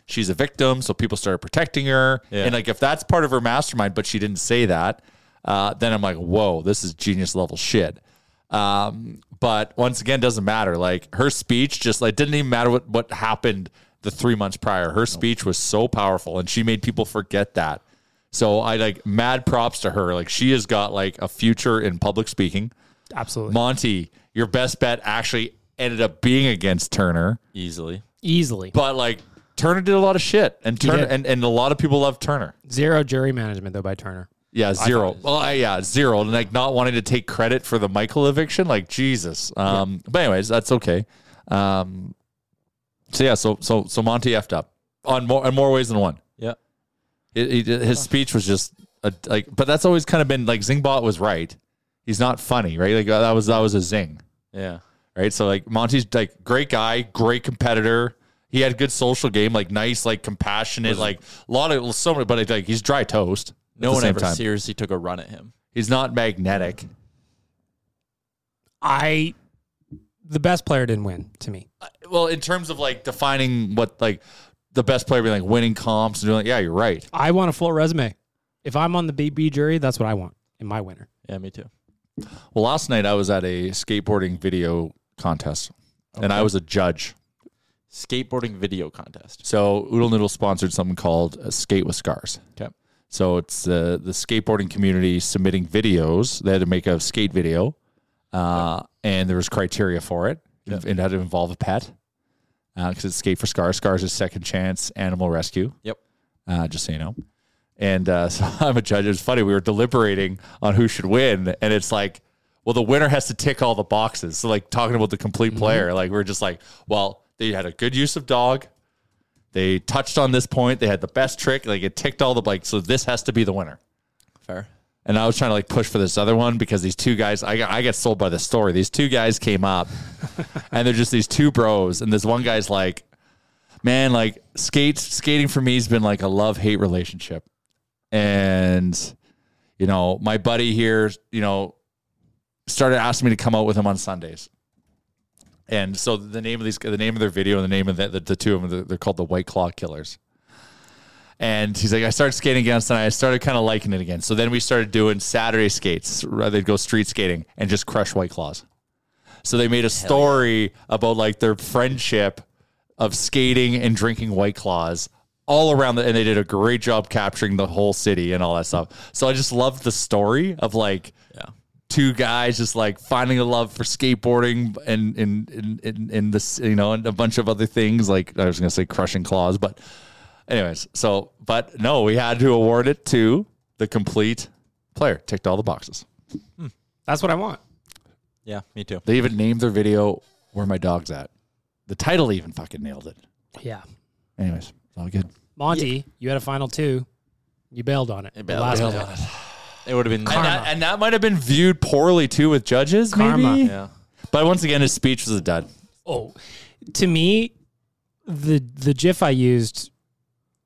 G: she's a victim, so people started protecting her,
F: Yeah.
G: and like if that's part of her mastermind, but she didn't say that, uh, then I'm like, whoa, this is genius level shit. Um, but once again, doesn't matter. Like her speech, just like didn't even matter what what happened the three months prior. Her speech was so powerful, and she made people forget that. So I like mad props to her. Like she has got like a future in public speaking.
H: absolutely
G: Monty, your best bet actually ended up being against Turner,
F: Easily.
H: easily
G: but like Turner did a lot of shit, and Turner
H: did.
G: and, and a lot of people love Turner.
H: zero jury management though by Turner.
G: Yeah, zero. Well, I- yeah, zero. And like not wanting to take credit for the Michael eviction, like Jesus. Um, but anyways, that's okay. Um, so yeah, so so so Monty effed up on more in more ways than one.
F: Yeah.
G: It, it, his speech was just a, like, but that's always kind of been like Zingbot was right. He's not funny, right? Like that was that was a zing,
F: Yeah.
G: right? So like Monty's like great guy, great competitor. He had good social game, like nice, like compassionate, like a lot of so many, but like he's dry toast. at
F: No
G: the
F: one
G: same
F: ever
G: time.
F: seriously took a run at him.
G: He's not magnetic.
H: I the best player didn't win to me.
G: Well, in terms of like defining what like the best player being like winning comps and doing like, yeah, you're right.
H: I want a full resume. If I'm on the BB jury, that's what I want in my winner.
F: Yeah, me too.
G: Well, last night I was at a skateboarding video contest and I was a judge.
F: Skateboarding video contest.
G: So Oodle Noodle sponsored something called uh, Skate with Scars.
F: Okay.
G: So it's uh, the skateboarding community submitting videos. They had to make a skate video, uh, and there was criteria for it, and it had to involve a pet because it's Skate for Scars. Scars is Second Chance Animal Rescue.
F: Yep.
G: uh, just so you know. And uh, so I'm a judge. It was funny. We were deliberating on who should win, and it's like, well, the winner has to tick all the boxes. So like talking about the complete
F: Mm-hmm.
G: player, like we're just like, well, they had a good use of dog. They touched on this point. They had the best trick. Like it ticked all the like. So this has to be the winner.
F: Fair.
G: And I was trying to like push for this other one because these two guys, I got, I got sold by the story. These two guys came up and they're just these two bros. And this one guy's like, man, like skate, skating for me has been like a love hate relationship. And, you know, my buddy here, you know, started asking me to come out with him on Sundays. And so the name of these, the name of their video and the name of the, the, the two of them, they're- they're called the White Claw Killers. And he's like, I started skating again, and I started kind of liking it again. So then we started doing Saturday skates. Right? They'd go street skating and just crush White Claws. So they made a story about like their friendship of skating and drinking White Claws all around the, and they did a great job capturing the whole city and all that stuff. So I just loved the story of like two guys just like finding a love for skateboarding and and and, and, and this you know and a bunch of other things like I was gonna say crushing claws, but anyways, so but no, we had to award it to the complete player. Ticked all the boxes.
H: That's what I want.
F: Yeah, me too.
G: They even named their video "Where My Dog's At." The title even fucking nailed it.
H: Yeah.
G: Anyways, it's all good.
H: Monty, you had a final two. You bailed on it. The
F: bailed
H: last
F: on it.
H: one.
F: It would have been
G: And that, and that might have been viewed poorly too with judges,
H: Karma.
G: maybe.
F: Yeah.
G: But once again, his speech was a dud.
H: Oh, to me, the the GIF I used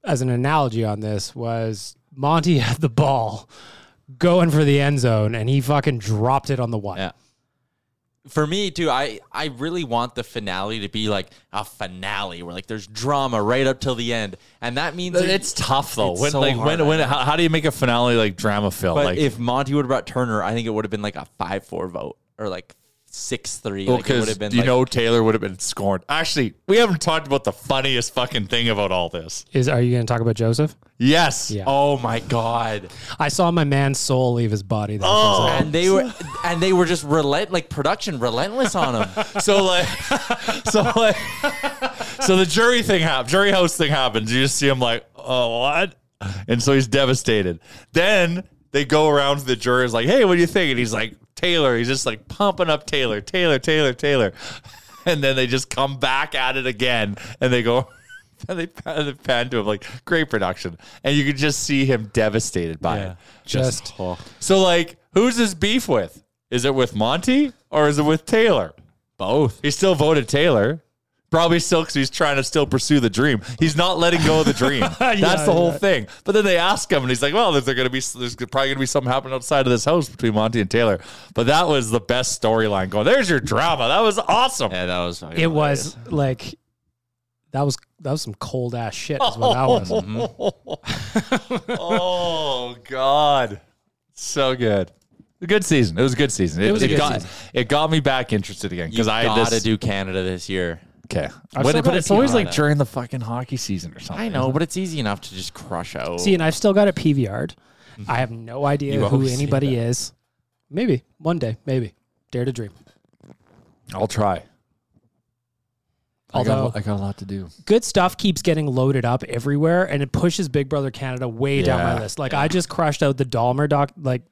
H: as an analogy on this was Monty had the ball going for the end zone, and he fucking dropped it on the one.
F: Yeah. for me too i i really want the finale to be like a finale where like there's drama right up till the end and that means like,
G: It's tough though.
F: It's
G: when
F: so
G: like
F: hard.
G: when when how, how do you make a finale like drama film?
F: but
G: like
F: if monty would have brought turner i think it would have been like a 5-4 vote or like 6-3
G: Well,
F: like it would
G: because
F: have been
G: you
F: like,
G: know Taylor would have been scorned. Actually, we haven't talked about the funniest fucking thing about all this.
H: Is are you going to talk about Joseph?
G: Yes.
H: Yeah.
G: Oh my god.
H: I saw my man's soul leave his body. That
G: Oh.
F: and they were and they were just relent like production relentless on him
G: So like, so like, so the jury thing happened. Jury house thing happens. You just see him like, oh what? And so he's devastated. Then they go around to the jurors like, hey, what do you think? And he's like, Taylor. He's just like pumping up Taylor, Taylor, Taylor, Taylor. And then they just come back at it again, and they go. And they pan, they pan to him like great production, and you could just see him devastated by it.
H: Just-
G: oh. so like, who's his beef with? Is it with Monty or is it with Taylor?
F: both
G: He still voted Taylor. Probably still because he's trying to still pursue the dream. He's not letting go of the dream. That's
H: Yeah,
G: the whole
H: yeah.
G: thing. But then they ask him, and he's like, "Well, there's going to be there's probably going to be something happening outside of this house between Monty and Taylor." But that was the best storyline going. There's your drama. That was awesome.
F: yeah that was fucking
H: it
F: hilarious.
H: was like that was that was some cold ass shit. Is what that was.
G: Mm-hmm. oh God, so good. A good season. It was a good season. It,
H: was a good
G: got,
H: season.
G: It got me back interested again because
F: You
G: I had
F: gotta
G: this.
F: do canada this year
G: okay,
H: I've
G: When
H: still
G: it- but
H: gotta
G: it's
H: pee
G: always
H: on
G: like
H: it.
G: during the fucking hockey season or something.
F: i know but it's easy enough to just crush out
H: See, and I've still got it PVR'd.
G: Mm-hmm.
H: I have no idea
F: You
H: who
F: always say
H: anybody is. Maybe one day, maybe dare to dream.
G: I'll try.
H: Although
G: I got a lot to do.
H: good stuff keeps getting loaded up everywhere and it pushes Big Brother Canada way down my
G: Yeah.
H: list. Like I just crushed out the Dahmer doc like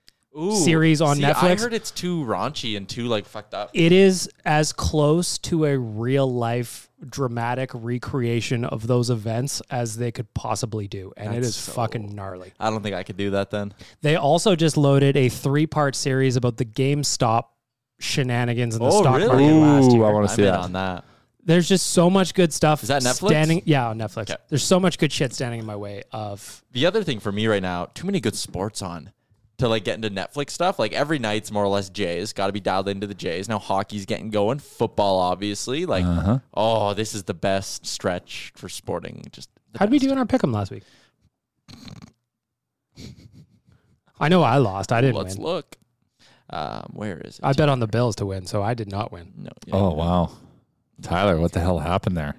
H: series on
F: See, I
H: Netflix.
F: heard it's too raunchy and too like fucked up.
H: it is as close to a real life dramatic recreation of those events as they could possibly do. And it
F: That's
H: is
F: so-
H: fucking gnarly.
F: I don't think I could do that then.
H: They also just loaded a three part series about the GameStop shenanigans in the
F: Oh,
H: stock
F: really?
H: market last year.
G: Ooh, I want to
F: I'm
G: see
F: in
G: that.
F: on that.
H: there's just so much good stuff.
F: Is that Netflix?
H: Standing, yeah, on Netflix.
F: Okay.
H: There's so much good shit standing in my way of.
F: The other thing for me right now, too many good sports on to like get into Netflix stuff. Like every night's more or less Jays. Got to be dialed into the Jays. Now hockey's getting going. Football, obviously. Like,
G: Uh-huh.
F: oh, this is the best stretch for sporting. Just the
H: How'd we
F: best.
H: do in our pick'em last week? I know I lost. I didn't
F: Let's
H: win.
F: look. Um, where is it?
H: I bet on the Bills to win, so I did not win.
F: No, yeah.
G: Oh wow, Tyler, what the hell happened there?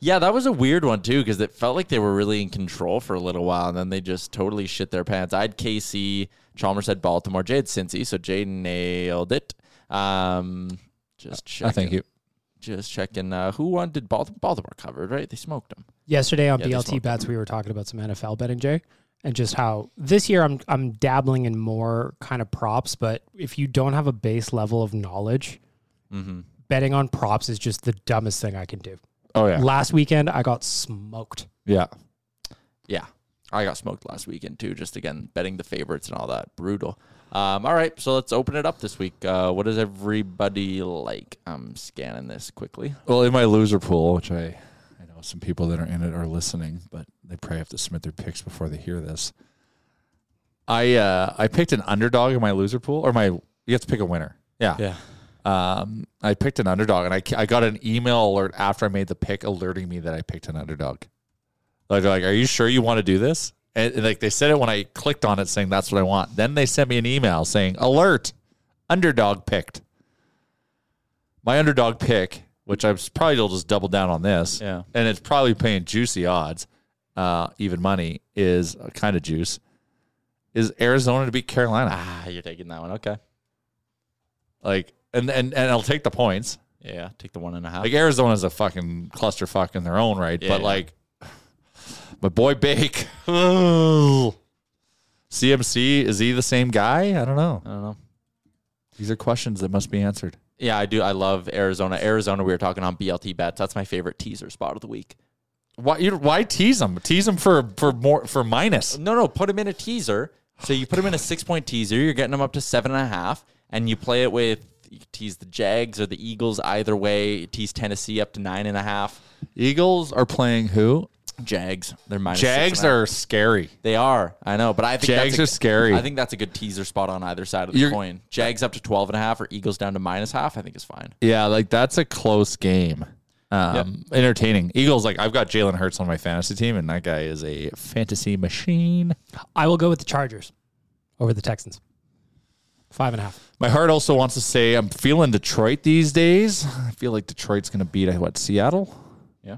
F: Yeah, that was a weird one too because it felt like they were really in control for a little while, and then they just totally shit their pants. I had KC, Chalmers had Baltimore, Jay had Cincy, so Jay nailed it. Um, just checking,
G: I thank you.
F: just checking. Uh, who won? Did Baltimore, Baltimore covered right? They smoked them.
H: Yesterday on
F: Yeah, they
H: BLT
F: smoked
H: bets, we were talking about some NFL betting, Jay, and just how this year I'm I'm dabbling in more kind of props, but if you don't have a base level of knowledge,
G: Mm-hmm.
H: betting on props is just the dumbest thing I can do.
G: Oh yeah,
H: Last weekend I got smoked.
G: yeah.
F: Yeah, I got smoked last weekend too. Just again betting the favorites and all that. Brutal. Um, all right, so let's open it up this week. Uh, what does everybody like? I'm scanning this quickly.
G: Well, in my loser pool, which I, I know some people that are in it are listening, but they probably have to submit their picks before they hear this. I uh, I picked an underdog in my loser pool, or my you have to pick a winner. Yeah, Um, I picked an underdog, and I ca- I got an email alert after I made the pick, alerting me that I picked an underdog. Like, they're like, are you sure you want to do this? And, and, like they said it when I clicked on it, saying that's what I want. Then they sent me an email saying, alert, underdog picked. My underdog pick which I'm s- probably will just double down on this.
F: Yeah.
G: and it's probably paying juicy odds, uh, even money is uh, kind of juice. Is Arizona to beat Carolina?
F: Ah, you're taking that one. Okay.
G: Like, and and and I'll take the points.
F: Yeah, take the one and a half.
G: Like Arizona's a fucking clusterfuck in their own right,
F: Yeah,
G: but
F: yeah.
G: like my boy Bake, CMC is he the same guy? I don't know.
F: I don't know.
G: These are questions that must be answered.
F: Yeah, I do. I love Arizona. Arizona, we were talking on BLT bets. That's my favorite teaser spot of the week.
G: Why you why tease them? Tease them for for more for minus.
F: No, no, put him in a teaser. So you put him in a six point teaser. You're getting him up to seven and a half, and you play it with you tease the Jags or the Eagles either way. Tease Tennessee up to nine and a half.
G: Eagles are playing who?
F: Jags, they're minus. six
G: Jags
F: and a half.
G: are scary.
F: They are. I know, but I think
G: Jags
F: that's a-
G: are scary.
F: I think that's a good teaser spot on either side of the
G: You're-
F: coin. Jags up to 12 and a half or Eagles down to minus half, I think is fine.
G: Yeah, like that's a close game. Um, entertaining. Eagles like I've got Jalen Hurts on my fantasy team and that guy is a fantasy machine.
H: I will go with the Chargers over the Texans. Five and a half.
G: My heart also wants to say I'm feeling Detroit these days. I feel like Detroit's going to beat uh, what Seattle,
F: Yeah.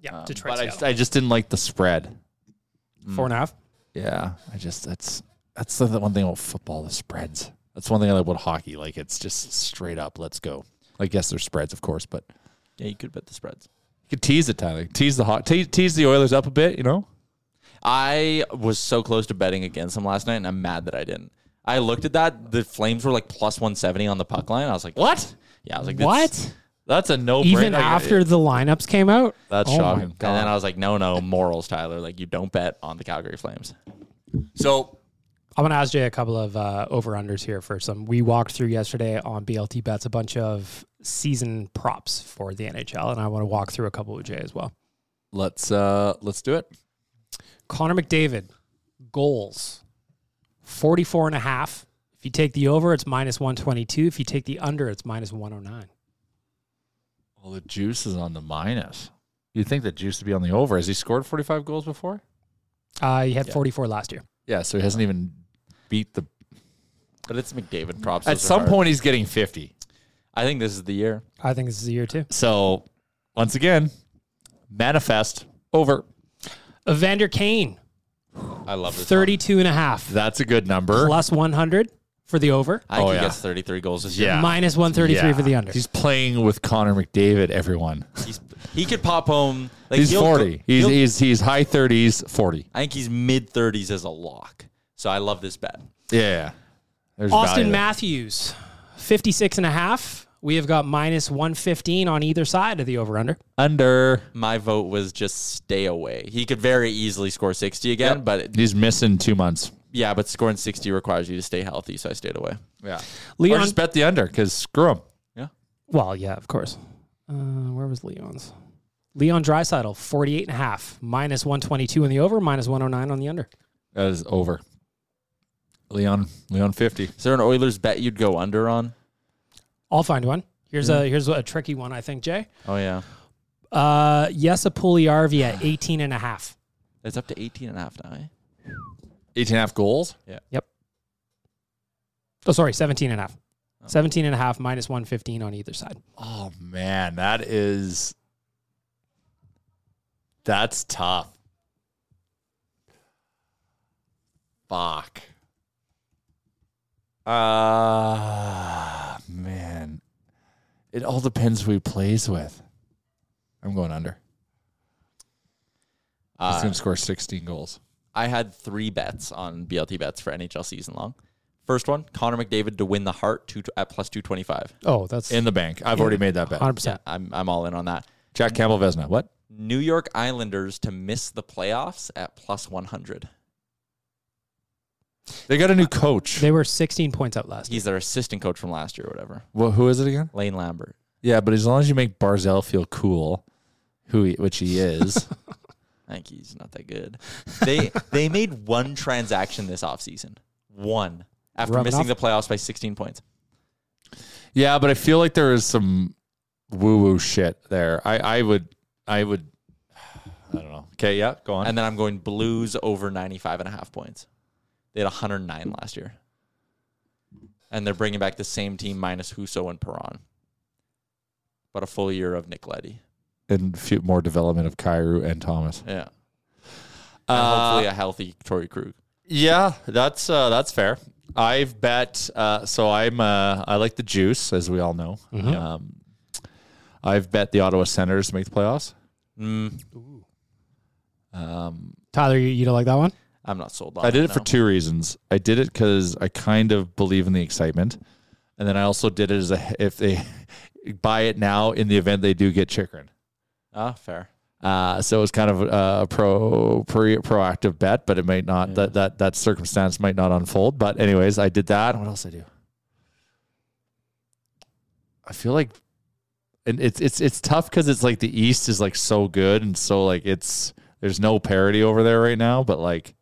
H: Yeah,
G: Um, but
H: Detroit.
G: I Mm. just, I just didn't like the spread.
H: Four and a half.
G: Yeah, I just that's that's the one thing about football the spreads. That's one thing I like about hockey. Like it's just straight up, let's go. Like yes, there's spreads, of course, but you
F: Yeah, you could bet the spreads.
G: could tease it, Tyler. Tease the hot, tease, tease the Oilers up a bit. You know,
F: I was so close to betting against them last night, and I'm mad that I didn't. I looked at that. The Flames were like plus 170 on the puck line. I was like, what? Yeah, I was like, that's-
H: What?
G: that's a no.
H: Even after the lineups came out?
G: that's
H: Oh my
G: shocking.
F: And then I was like, no, no, morals, Tyler. Like, you don't bet on the Calgary Flames.
G: So
H: I'm going to ask Jay a couple of uh, over unders here for some. We walked through yesterday on BLT bets a bunch of season props for the NHL, and I want to walk through a couple with Jay as well.
G: let's uh let's do it.
H: Connor McDavid, goals 44 and a half. If you take the over, it's minus 122. If you take the under, it's minus 109.
G: Well, the juice is on the minus. You'd think the juice would be on the over. Has he scored 45 goals before?
H: Uh, he had 44 last year.
G: Yeah, so he hasn't even beat the.
F: But it's McDavid props.
G: At
F: Those are
G: some
F: hard.
G: point, he's getting 50.
F: I think this is the year.
H: I think this is a year two.
G: So, once again, manifest over.
H: Evander Kane,
F: I love this.
H: 32 and a half.
G: That's a good number.
H: Plus 100 for the over,
F: I think
G: Oh,
F: he
G: yeah.
F: gets 33 goals this year.
G: Yeah.
H: minus 133
G: Yeah.
H: for the under.
G: He's playing with Connor McDavid, everyone.
F: He's, he could pop home. Like
G: he's
F: he'll go-
G: 40. he's,
F: he'll-
G: he's, he's high 30s, 40.
F: I think he's mid 30s as a lock. So I love this bet.
G: Yeah. There's
H: Austin
G: value there.
H: Matthews, 56 and a half. We have got minus 115 on either side of the over under.
G: Under.
F: My vote was just stay away. He could very easily score 60 again, but
G: He's missing two months.
F: yeah, but scoring 60 requires you to stay healthy, so I stayed away.
G: Yeah. Or
H: Leon,
G: just bet the under because screw him.
H: well, yeah, of course. Uh, where was Leon's? Leon Drysidle, 48 and a half, minus 122 on the over, minus 109 on the under.
G: That is over. Leon, Leon 50.
F: Is there an Oilers bet you'd go under on?
H: I'll find one. Here's
G: Mm-hmm.
H: a here's a tricky one, I think, Jay.
F: Oh, yeah.
H: Uh, yes, a Puliarvi at 18 and a half.
F: It's up to 18 and a half now, eh?
G: 18 and a half goals.
H: Oh, sorry, 17 and a half. 17 and a half, minus 115 on either side.
G: Oh man, that is that's tough. Fuck. Ah man. It all depends who he plays with. I'm going under. He's
F: Uh,
G: gonna score 16 goals.
F: I had three bets on BLT bets for NHL season long. First one, Connor McDavid to win the heart two, at plus 225.
H: Oh, that's
G: In the bank. I've already made that bet.
H: 100%.
F: I'm, I'm all in on that.
G: Jack Campbell Vesna. What?
F: New York Islanders to miss the playoffs at plus 100.
G: They got a new coach.
H: They were 16 points out last year.
F: He's their assistant coach from last year or whatever.
G: Wha- who is it again?
F: Lane Lambert.
G: Yeah, but as long as you make Barzell feel cool, who he, which he is.
F: I think he's not that good. They they made one transaction this offseason. One. After
H: Rubbing
F: missing
H: off?
F: the playoffs by 16 points.
G: Yeah, but I feel like there is some woo woo shit there. I, I would I would I don't know. Okay, yeah, go on.
F: And then I'm going Blues over 95 and a half points. They had 109 last year. And they're bringing back the same team minus Huso and Perron. but a full year of Nick Letty.
G: and few more development of Cairo and Thomas.
F: Yeah. And
G: Uh,
F: hopefully a healthy Tory Krug.
G: Yeah, that's uh, that's fair. I've bet. Uh, so I'm. Uh, I like the juice, as we all know. Um, I've bet the Ottawa Senators to make the playoffs. Um,
H: Tyler, you, you don't like that one?
F: I'm not sold on
G: I did it
F: no.
G: for two reasons. I did it because I kind of believe in the excitement, and then I also did it as a if they buy it now in the event they do get Chikrin.
F: Ah, fair.
G: Uh, so it was kind of a pro, pre proactive bet, but it might not that, that that circumstance might not unfold. But anyways, I did that. What else I do? I feel like, and it's it's it's tough because it's like the East is like so good and so like it's there's no parity over there right now. But like,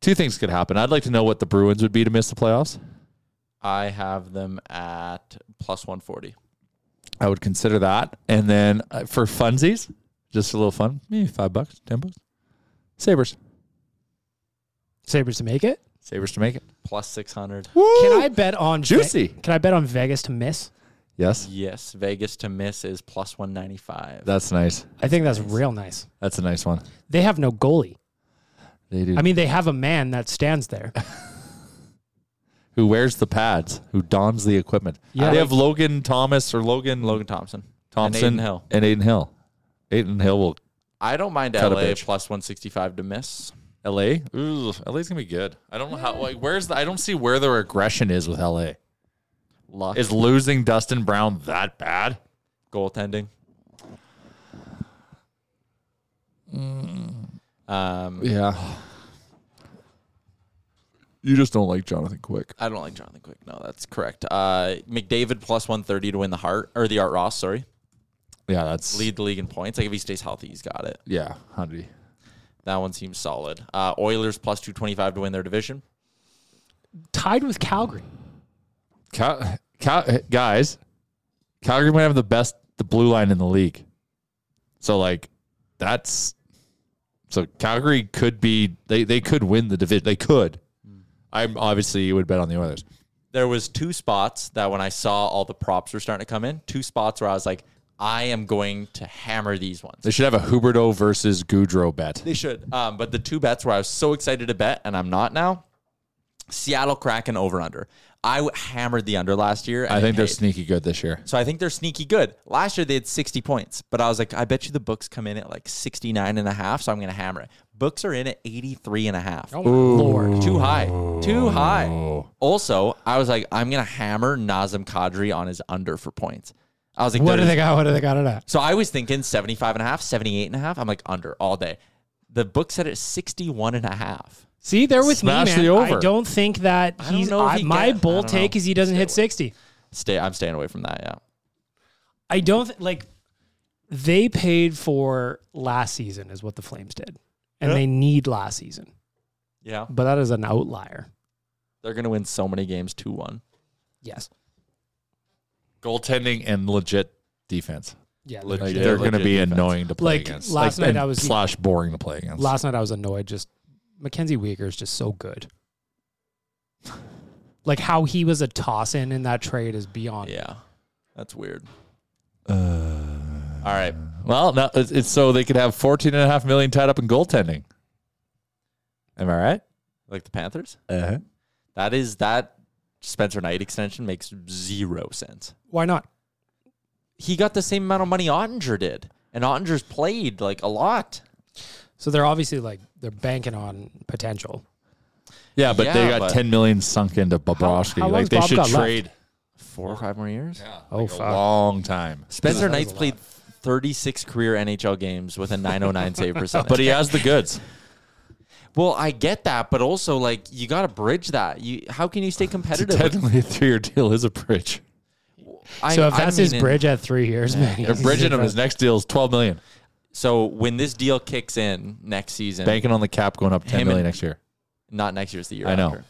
G: two things could happen. I'd like to know what the Bruins would be to miss the playoffs.
F: I have them at plus 140.
G: I would consider that. And then uh, for funsies, just a little fun, maybe five bucks, ten bucks. Sabers,
H: Sabres to make it?
G: Sabers to make it.
F: Plus 600.
H: Can I bet on Ve-
G: Juicy.
H: can I bet on Vegas to miss?
G: Yes.
F: Yes, Vegas to miss is plus 195.
G: That's nice.
H: I think that's real nice.
G: That's a nice one.
H: They have no goalie.
G: They do.
H: I mean, they have a man that stands there.
G: who wears the pads? Who dons the equipment?
H: Yeah.
G: they have Logan Thomas or Logan
F: Logan Thompson.
G: Thompson
F: And Aiden Hill.
G: and Aiden Hill. Aiden Hill will
F: I don't mind
G: Cut a
F: LA
G: bitch.
F: plus 165 to miss.
G: L.A. Ooh, L.A.'s gonna be good. I don't know how. Like, where's the? I don't see where the regression is with L.A.
F: Luck.
G: Is losing Dustin Brown that bad?
F: goaltending. Um,
G: Yeah. You just don't like Jonathan Quick.
F: I don't like Jonathan Quick. No, that's correct. Uh, McDavid plus 130 to win the Hart or the Art Ross, sorry.
G: Yeah, that's
F: Lead the league in points. Like if he stays healthy, he's got it.
G: Yeah, Hundy.
F: That one seems solid. Uh, Oilers plus 225 to win their division.
H: Tied with Calgary.
G: Cal- Cal- guys, Calgary might have the best the blue line in the league. So like that's so Calgary could be they they could win the division. They could. I'm obviously you would bet on the Oilers.
F: there was two spots that when I saw all the props were starting to come in, two spots where I was like, I am going to hammer these ones.
G: They should have a Huberto versus Goudreau bet.
F: They should. Um, but the two bets where I was so excited to bet and I'm not now, Seattle Kraken over under. I w- hammered the under last year. and
G: I
F: it
G: think they're
F: paid.
G: sneaky good this year.
F: So I think they're sneaky good. Last year they had 60 points, but I was like, I bet you the books come in at like 69 and a half, so I'm going to hammer it. Books are in at 83 and a half.
H: Oh my lord.
F: Too high. Too high. Also, I was like, I'm going to hammer Nazem Kadri on his under for points. I was like,
H: What do
F: there's-
H: they got? What do they got it at?
F: so I was thinking 75 and a half, 78 and a half. I'm like, under all day. The book said it's 61 and a half.
H: See, they're with
G: Smash
H: me, man.
G: the over.
H: I don't think that
F: I don't
H: he's.
F: know if
H: I-
F: he
H: my
F: get- I
H: bold
F: don't
H: take
F: know.
H: is he doesn't hit
F: Stay
H: sixty.
F: Stay, I'm staying away from that. Yeah.
H: I don't th- like. They paid for last season, is what the Flames did, and they need last season.
F: Yeah.
H: But that is an outlier.
F: They're going to win so many games 2 1.
H: Yes.
G: Goaltending and legit defense.
H: Yeah.
F: Legit.
G: Like
F: Yeah,
G: they're going to
F: legit
G: be
F: defense.
G: annoying to play
H: Like,
G: against.
H: last night
G: and
H: I was-
G: slash boring to play against.
H: Last night I was annoyed. Just Mackenzie Weegar is just so good. like how he was a toss in in that trade is beyond.
F: Yeah. That's weird. all right.
G: Well, no, it's, it's so they could have 14 and a half million tied up in goaltending. Am I right?
F: Like the Panthers?
G: Uh-huh.
F: That is that Spencer Knight extension makes zero sense.
H: Why not?
F: He got the same amount of money Ottinger did, and Ottinger's played like a lot.
H: So they're obviously like they're banking on potential.
G: Yeah, but they
F: Yeah,
G: got
F: but-
G: 10 million sunk into Bobrovsky.
H: how
G: like
H: long's
G: they
H: Bob
G: should
H: got left?
G: trade
F: Four or five more years.
H: Oh
G: a
H: fuck!
G: long time.
F: Spencer Knight's played 36 career NHL games with a 909 save percentage.
G: But he has the goods.
F: well, I get that, but also like you got to bridge that. You how can you stay competitive? with-
G: Technically, a three-year deal is a bridge.
F: I-
H: so if
F: I
H: that's his
F: mean in-
H: bridge at three years, man,
G: They're bridging him. His next deal is 12 million.
F: So when this deal kicks in next season,
G: Banking on the cap going up 10
F: Him
G: million
F: and-
G: next year.
F: not next year's the year.
G: I know.
F: After.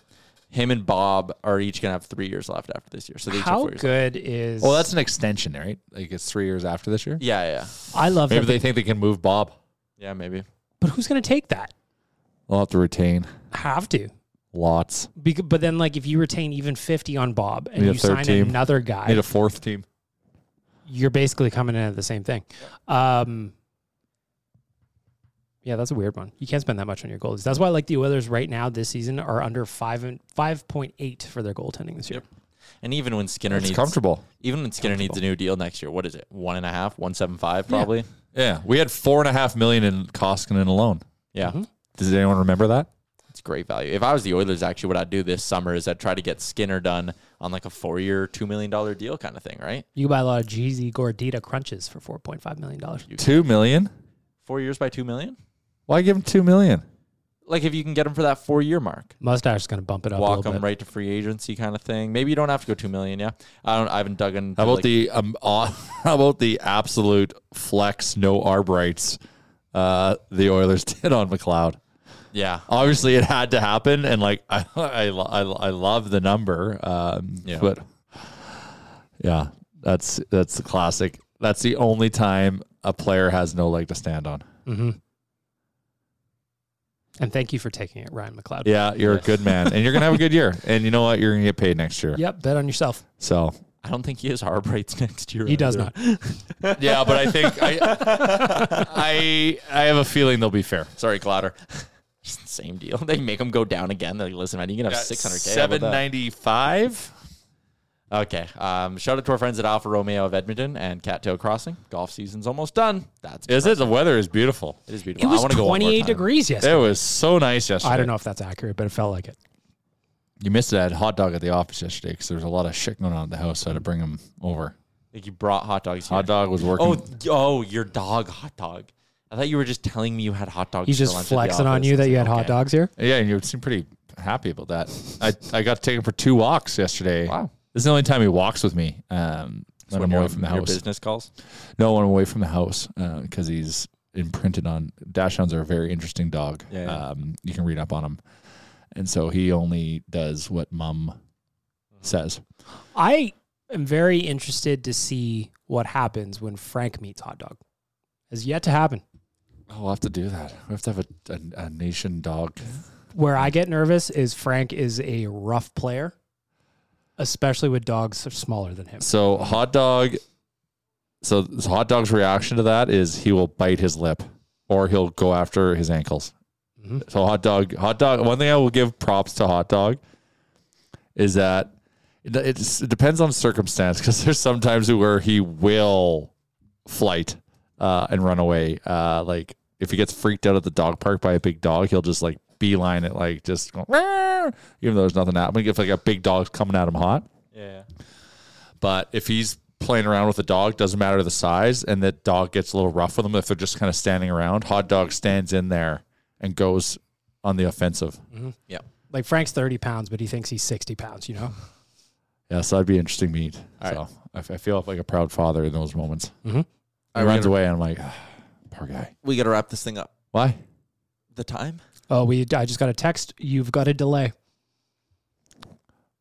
F: Him and Bob are each gonna have three years left after this year. So they each have
H: How
F: four years
H: good is?
G: Well, that's an extension, right? Like it's three years after this year.
F: Left. Yeah, yeah,
H: I love
G: Maybe
H: that.
G: they think they can move Bob.
F: yeah, maybe.
H: but who's going to take that?
G: They'll have to retain
H: Have to.
G: lots.
H: Bec- but then, like, if you retain even fifty on Bob and
G: Need a
H: you
G: third
H: sign
G: team.
H: another
G: Need
H: guy,
G: a fourth team.
H: you're basically coming in at the same thing. Um, yeah, that's a weird one. You can't spend that much on your goalies. That's why, like the Oilers right now this season are under five and five point eight for their goaltending this year.
F: And even when Skinner
G: It's
F: needs
G: comfortable.
F: even when Skinner needs a new deal next year, what is it? One and a half, one seven five, probably.
G: Yeah, we had four and a half million in Koskinen alone.
F: Yeah,
H: Mm-hmm.
G: Does anyone remember that?
F: it's great value. If I was the Oilers, actually, what I'd do this summer is I'd try to get Skinner done on like a four-year, two million dollar deal kind of thing, right?
H: You can buy a lot of Jeezy Gordita crunches for four point five million dollars.
G: Two million.
F: Four years by two million.
G: Why give him two million?
F: Like if you can get him for that four-year mark,
H: Mustache is going to bump it up. a
F: walk
H: little
F: him
H: bit.
F: right to free agency kind of thing. Maybe you don't have to go two million. Yeah, I don't. I haven't dug in.
G: How about the um, uh, how about the absolute flex no arbrights uh, the Oilers did on McLeod?
F: yeah?
G: Obviously, it had to happen, and like I I, lo- I, lo- I love the number, um,
F: Yeah.
G: but yeah, that's that's the classic. That's the only time a player has no leg to stand on.
H: And thank you for taking it, Ryan McLeod.
G: Yeah, you're a good man, and you're gonna have a good year. And you know what? You're gonna get paid next year.
H: Yep. Bet on yourself.
G: So
F: I don't think he has Harbrights next year.
H: He does
F: either.
H: not.
G: yeah, but I think I I I have a feeling they'll be fair.
F: Sorry, Clouder. Same deal. They make him go down again. They're like, listen, man, you can have six hundred k.
G: Seven ninety five.
F: Okay. Um, shout out to our friends at Alfa Romeo of Edmonton and Cattail Crossing. Golf season's almost done. That's
G: Is it? The weather is beautiful.
F: It is
H: It
F: beautiful.
H: was
F: Uh, I want to go one more
H: twenty eight
F: time.
H: degrees
G: It
H: yesterday.
G: was so nice yesterday.
H: I don't know if that's accurate, but it felt like it.
G: You missed that hot dog at the office yesterday because there was a lot of shit going on at the house. So I had to bring him over.
F: I think you brought hot dogs. Here.
G: Hot dog was working.
F: Oh, d- oh, your dog hot dog. I thought you were just telling me you had hot dogs.
H: He's
F: for
H: just
F: lunch at the
H: flexing on
F: office. I
H: you
F: was
H: that you
F: like,
H: had hot
F: okay.
H: dogs here.
G: yeah, and you seemed pretty happy about that. I I got to take him for two walks yesterday.
F: Wow.
G: this is the only time he walks with me. Um, when I'm
F: you're
G: away from the
F: your
G: house.
F: business calls.
G: No, when I'm away from the house because he's imprinted on. Dashhounds are a very interesting dog.
F: Yeah, yeah.
G: Um, you can read up on him, and so he only does what mum says.
H: I am very interested to see what happens when Frank meets hot dog. Has yet to happen.
G: Oh, we'll have to do that. We have to have a, a, a nation dog.
H: Where I get nervous is Frank is a rough player, especially with dogs smaller than him.
G: So hot dog. So this hot dog's reaction to that is he will bite his lip, or he'll go after his ankles.
H: Mhm.
G: So hot dog, hot dog. One thing I will give props to hot dog is that it, it's, it depends on circumstance because there's sometimes where he will flight uh, and run away. Uh, like if he gets freaked out at the dog park by a big dog, he'll just like beeline it, like just go, "Meow," even though there's nothing happening. If like a big dog's coming at him hot,
F: Yeah.
G: but if he's playing around with a dog, doesn't matter the size, and that dog gets a little rough with him, if they're just kind of standing around, hot dog stands in there and goes on the offensive.
F: Yeah.
H: Like Frank's 30 pounds, but he thinks he's 60 pounds, you know?
G: Yeah, so that'd be interesting meet.
F: All
G: so I, f- I feel like a proud father in those moments.
H: Mhm.
G: He runs away, and I'm like, "Ah, poor guy.
F: We got to wrap this thing up.
G: Why?
F: The time.
H: Oh, we I just got a text. You've got a delay.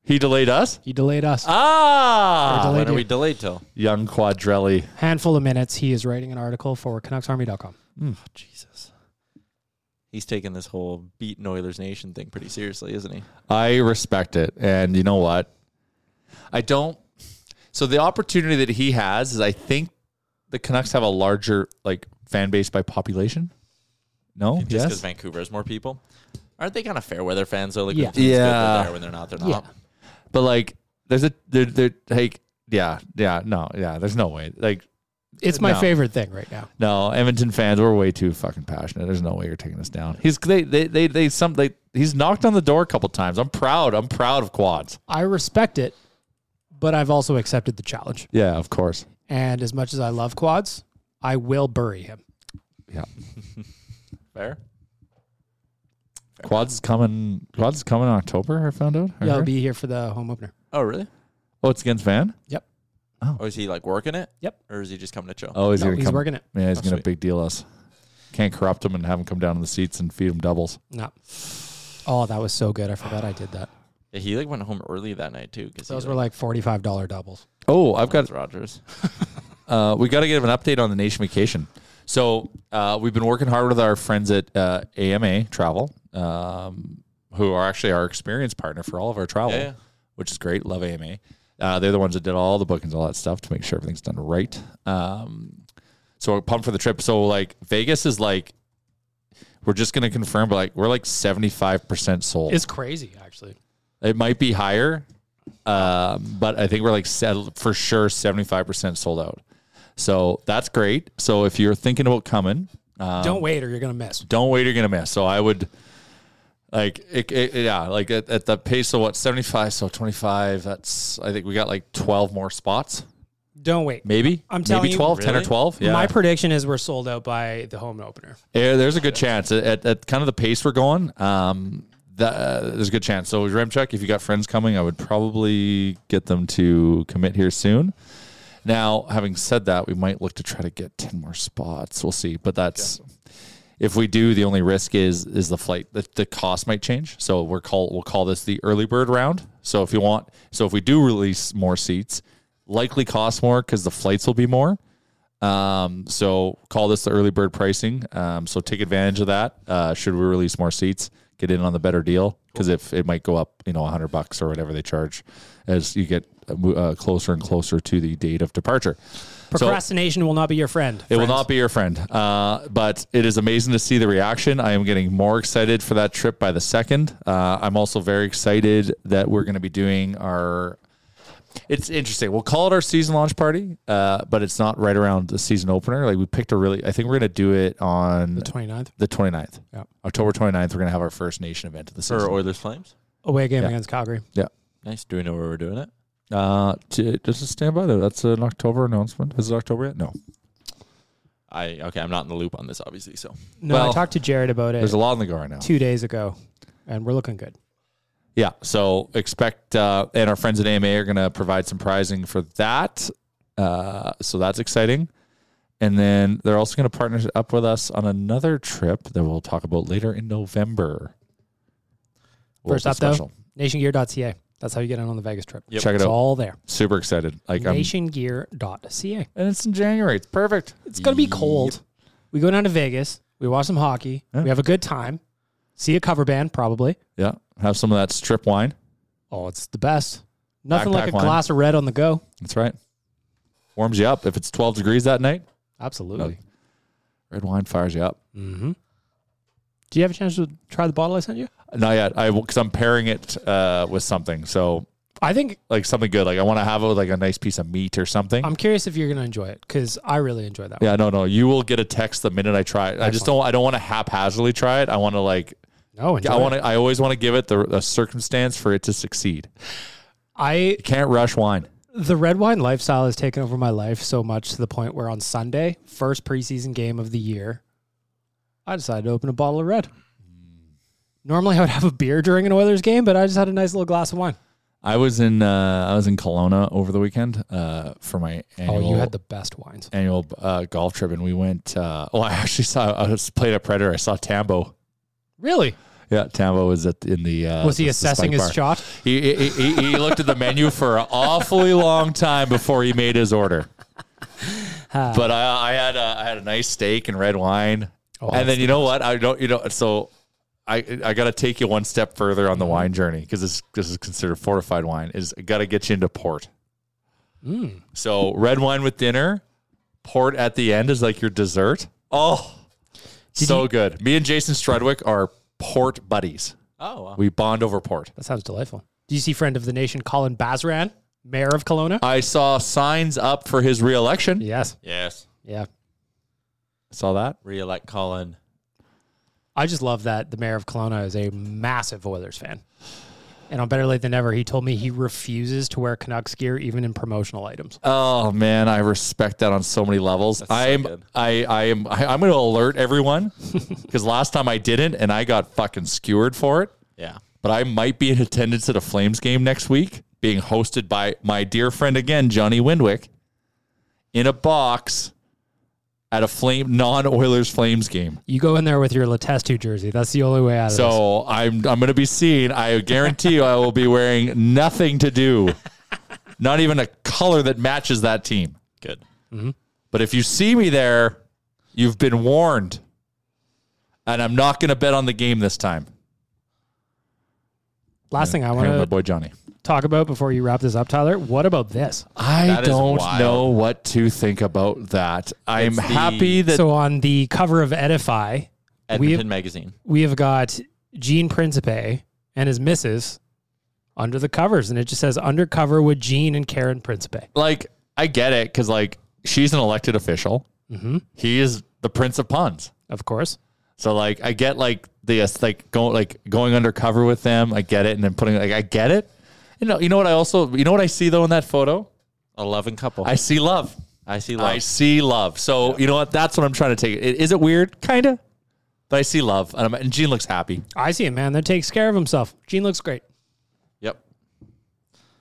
G: He delayed us?
H: He delayed us.
G: Uh, Ah!
H: They
F: When
H: delayed
F: are Uh,
H: you.
F: we delayed till?
G: Young Quadrelli.
H: Handful of minutes. He is writing an article for CanucksArmy.com.
F: Jesus. He's taking this whole beat Oilers Nation thing pretty seriously, isn't he?
G: I respect it. And you know what? I don't. So the opportunity that he has is I think the Canucks have a larger like fan base by population. No?
F: Just because
G: Yes.
F: Vancouver has more people. Aren't they kind of fair weather fans though? Like
H: Yeah.
F: when the team's good,
G: Yeah.
F: they're there. When they're not, they're not.
H: Yeah.
G: But like there's a there there like yeah, yeah, no, yeah, there's no way. Like
H: It's my
G: No.
H: favorite thing right now.
G: no, Edmonton fans were way too fucking passionate. There's no way you're taking this down. He's they they they, they some they he's knocked on the door a couple times. I'm proud. I'm proud of quads.
H: I respect it, but I've also accepted the challenge.
G: Yeah, of course.
H: And as much as I love quads, I will bury him.
G: Yeah.
F: Fair.
G: Quads is coming Quads is coming in October, I found out. I
H: Yeah, I'll
G: heard.
H: be here for the home opener.
F: Oh really?
G: Oh, it's against Van.
H: Yep.
F: Or Oh, is he like working it?
H: Yep.
G: Er
F: Or is he just coming to chill?
G: Oh, he's
H: No,
G: gonna
H: he's
G: come.
H: working it.
G: Yeah, he's
F: Oh,
G: gonna
F: sweet.
G: big deal us. Can't corrupt him and have him come down to the seats and feed him doubles.
H: No. Oh, that was so good. I forgot I did that.
F: Yeah, he like went home early that night too. Because
H: Those were like $45 doubles.
G: Oh, I've got.
F: Rogers.
G: Uh, we got to give an update on the nation vacation. So uh, we've been working hard with our friends at uh, AMA Travel, um, who are actually our experience partner for all of our travel,
F: Yeah, yeah.
G: which is great. Love AMA. Uh, they're the ones that did all the bookings, all that stuff to make sure everything's done right. Um, so we're pumped for the trip. So like Vegas is like, we're just gonna confirm, but like we're like seventy five percent sold.
H: It's crazy, actually.
G: It might be higher, um, but I think we're like set, for sure 75% sold out. So that's great. So if you're thinking about coming, um,
H: Don't wait or you're gonna miss.
G: Don't wait, you're going to miss. So I would like, it, it- yeah, like at, at the pace of what, 75, so 25, that's, I think we got like 12 more spots,
H: Don't wait.
G: maybe.
H: I'm telling
G: maybe
H: you,
G: 12, 10 or
H: Really?
G: 12. Yeah.
H: My prediction is we're sold out by the home opener.
G: Yeah, there's a good chance at, at, at kind of the pace we're going. Um, that, uh, there's a good chance. So Remcheck, if you got friends coming, I would probably get them to commit here soon. Now, having said that, we might look to try to get ten more spots. We'll see, but that's if we do. The only risk is is the flight. The, the cost might change, so we're call we'll call this the early bird round. So if you want, so if we do release more seats, likely cost more because the flights will be more. Um, so call this the early bird pricing. Um, so take advantage of that. Uh, should we release more seats, get in on the better deal because if it might go up, you know, hundred bucks or whatever they charge as you get uh, mo- uh, closer and closer to the date of departure. So-
H: Procrastination will not be your friend.
G: it will
H: friends.
G: not be your friend, uh, but it is amazing to see the reaction. I am getting more excited for that trip by the second. Uh, I'm also very excited that we're going to be doing our. It's interesting. We'll call it our season launch party, uh, but it's not right around the season opener. Like we picked a really. I think we're going to do it on the
H: 29th.
G: The 29th.
H: Yeah.
G: October 29th. We're going to have our first nation event of the
F: Or
G: season.
F: Oilers Flames.
H: Away game
G: Yeah.
H: against Calgary.
G: yeah.
F: Nice. Do we know where we're doing it?
G: Uh, t- just stand by there. That's an October announcement. Is it October yet? No.
F: I okay. I'm not in the loop on this, obviously. So
H: No, I
G: Well,
H: talked to Jared about it
G: There's a lot in the go right now.
H: two days ago, and we're looking good.
G: Yeah. So expect, uh, and our friends at AMA are going to provide some prizing for that. Uh, so that's exciting. And then they're also going to partner up with us on another trip that we'll talk about later in November. We'll
H: First
G: be
H: up, though, nationgear.ca. That's how you get in on the Vegas trip.
G: Check it
H: It's
G: out.
H: all there.
G: Super excited. Like I'm,
H: Nationgear.ca.
G: and it's in January. It's perfect.
H: It's going to be cold. We go down to Vegas. We watch some hockey.
G: Yeah.
H: We have a good time. See a cover band, probably.
G: Yeah. Have some of that strip wine.
H: Oh, it's the best. Nothing
G: Backpack
H: like a
G: wine.
H: glass of red on the go.
G: That's right. Warms you up. If it's 12 degrees that night,
H: Absolutely.
G: red wine fires you up.
H: Mm-hmm. Do you have a chance to try the bottle I sent you?
G: Not yet. I, cause I'm pairing it, uh, with something. So
H: I think
G: like something good. Like I want to have it with like a nice piece of meat or something.
H: I'm curious if you're going to enjoy it because I really enjoy that.
G: yeah, no, no. You will get a text the minute I try it. I just don't. I don't want to haphazardly try it. I want to like.
H: one. No, enjoy
G: I want
H: it.
G: to. I always want to give it the a circumstance for it to succeed.
H: I
G: You can't rush wine.
H: the red wine lifestyle has taken over my life so much to the point where on Sunday, first preseason game of the year, I decided to open a bottle of red. Normally, I would have a beer during an Oilers game, but I just had a nice little glass of wine.
G: I was in. Uh, I was in Kelowna over the weekend uh, for my annual.
H: Oh, you had the best wines.
G: annual uh, golf trip, and we went. Uh, oh, I actually saw. I was playing a predator. I saw Tambo.
H: Really?
G: Yeah, Tambo was at in the. Uh,
H: Was he
G: the- the spike
H: assessing his
G: bar.
H: shot?
G: He, he, he, he looked at the menu for an awfully long time before he made his order.
F: Ah.
G: But I, I had a, I had a nice steak and red wine,
F: Oh,
G: and then you know what? I don't you know so. I, I got to take you one step further
F: Mm-hmm.
G: on the wine journey because this this is considered fortified wine. Is got to get you into port.
F: Mm.
G: So red wine with dinner, port at the end is like your dessert. Oh, so good. Me and Jason Strudwick are port buddies.
F: Oh, wow.
G: We bond over port.
H: That sounds delightful. Do you see friend of the nation Colin Bazran, mayor of Kelowna?
G: I saw signs up for his reelection.
H: yes.
F: yes.
H: Yeah.
G: Saw that.
F: Re-elect Colin.
H: I just love that the mayor of Kelowna is a massive Oilers fan. And on Better Late Than Never, he told me he refuses to wear Canucks gear even in promotional items.
G: Oh man, I respect that on so many levels.
F: so
G: I'm,
F: good.
G: I, I am, I, I'm going to alert everyone because last time I didn't, and I got fucking skewered for it.
F: Yeah.
G: But I might be in attendance at a Flames game next week, being hosted by my dear friend again, Johnny Windwick, in a box at a Flame non-Oilers Flames game.
H: You go in there with your Letestu jersey. That's the only way out of this.
G: So I'm I'm going to be seen. I guarantee you, I will be wearing nothing to do, not even a color that matches that team.
F: Good.
G: Mm-hmm. But if you see me there, you've been warned. And I'm not going to bet on the game this time.
H: Last thing I
G: Hang with my
H: want to
G: boy Johnny.
H: talk about before you wrap this up, Tyler? What about this?
G: I
H: That is
G: don't
H: wild.
G: know what to think about that. I'm
H: It's the-
G: happy that
H: so on the cover of Edify, we have,
F: Edmonton magazine.
H: we have got Gene Principe and his missus under the covers, and it just says undercover with Gene and Karen Principe.
G: like I get it because like she's an elected official.
H: Mhm.
G: He is the prince of puns,
H: of course.
G: So like I get like the aes- like going like going undercover with them. I get it, and then putting like I get it. You know, you know what I also you know what I see though in that photo.
F: A loving couple.
G: I see love.
F: I see
G: I see love. So you know what? That's what I'm trying to take. It, is it weird? Kinda, but I see love, and, I'm, and Gene looks happy.
H: I see it, man. That takes care of himself. Gene looks great.
F: Yep.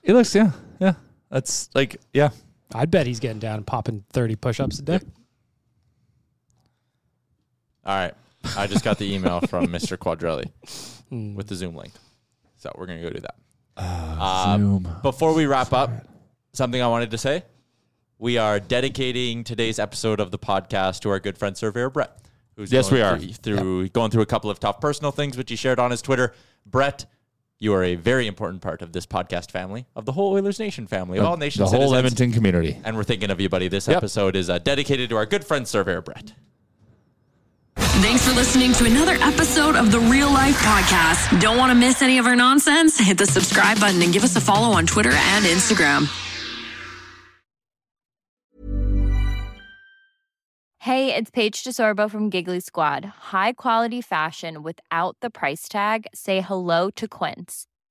G: He looks yeah yeah. That's like yeah.
H: I'd bet he's getting down and popping 30 push ups a day.
F: All right. I just got the email from Mr. Quadrelli
G: Hmm.
F: with the Zoom link. So we're going to go do that. Uh,
G: Ah, Zoom.
F: Before we wrap up, something I wanted to say. We are dedicating today's episode of the podcast to our good friend Surveyor Brett, who's
G: Yes,
F: going
G: we are.
F: through, through- going through a couple of tough personal things, which he shared on his Twitter. Brett, you are a very important part of this podcast family, of the whole Oilers Nation family, of all nation
G: the whole
F: citizens.
G: Edmonton community.
F: And we're thinking of you, buddy. This
G: Yep.
F: episode is uh, dedicated to our good friend Surveyor Brett.
C: Thanks for listening to another episode of the Real Life Podcast. Don't want to miss any of our nonsense? Hit the subscribe button and give us a follow on Twitter and Instagram.
I: Hey, it's Paige DeSorbo from Giggly Squad. High quality fashion without the price tag. Say hello to Quince.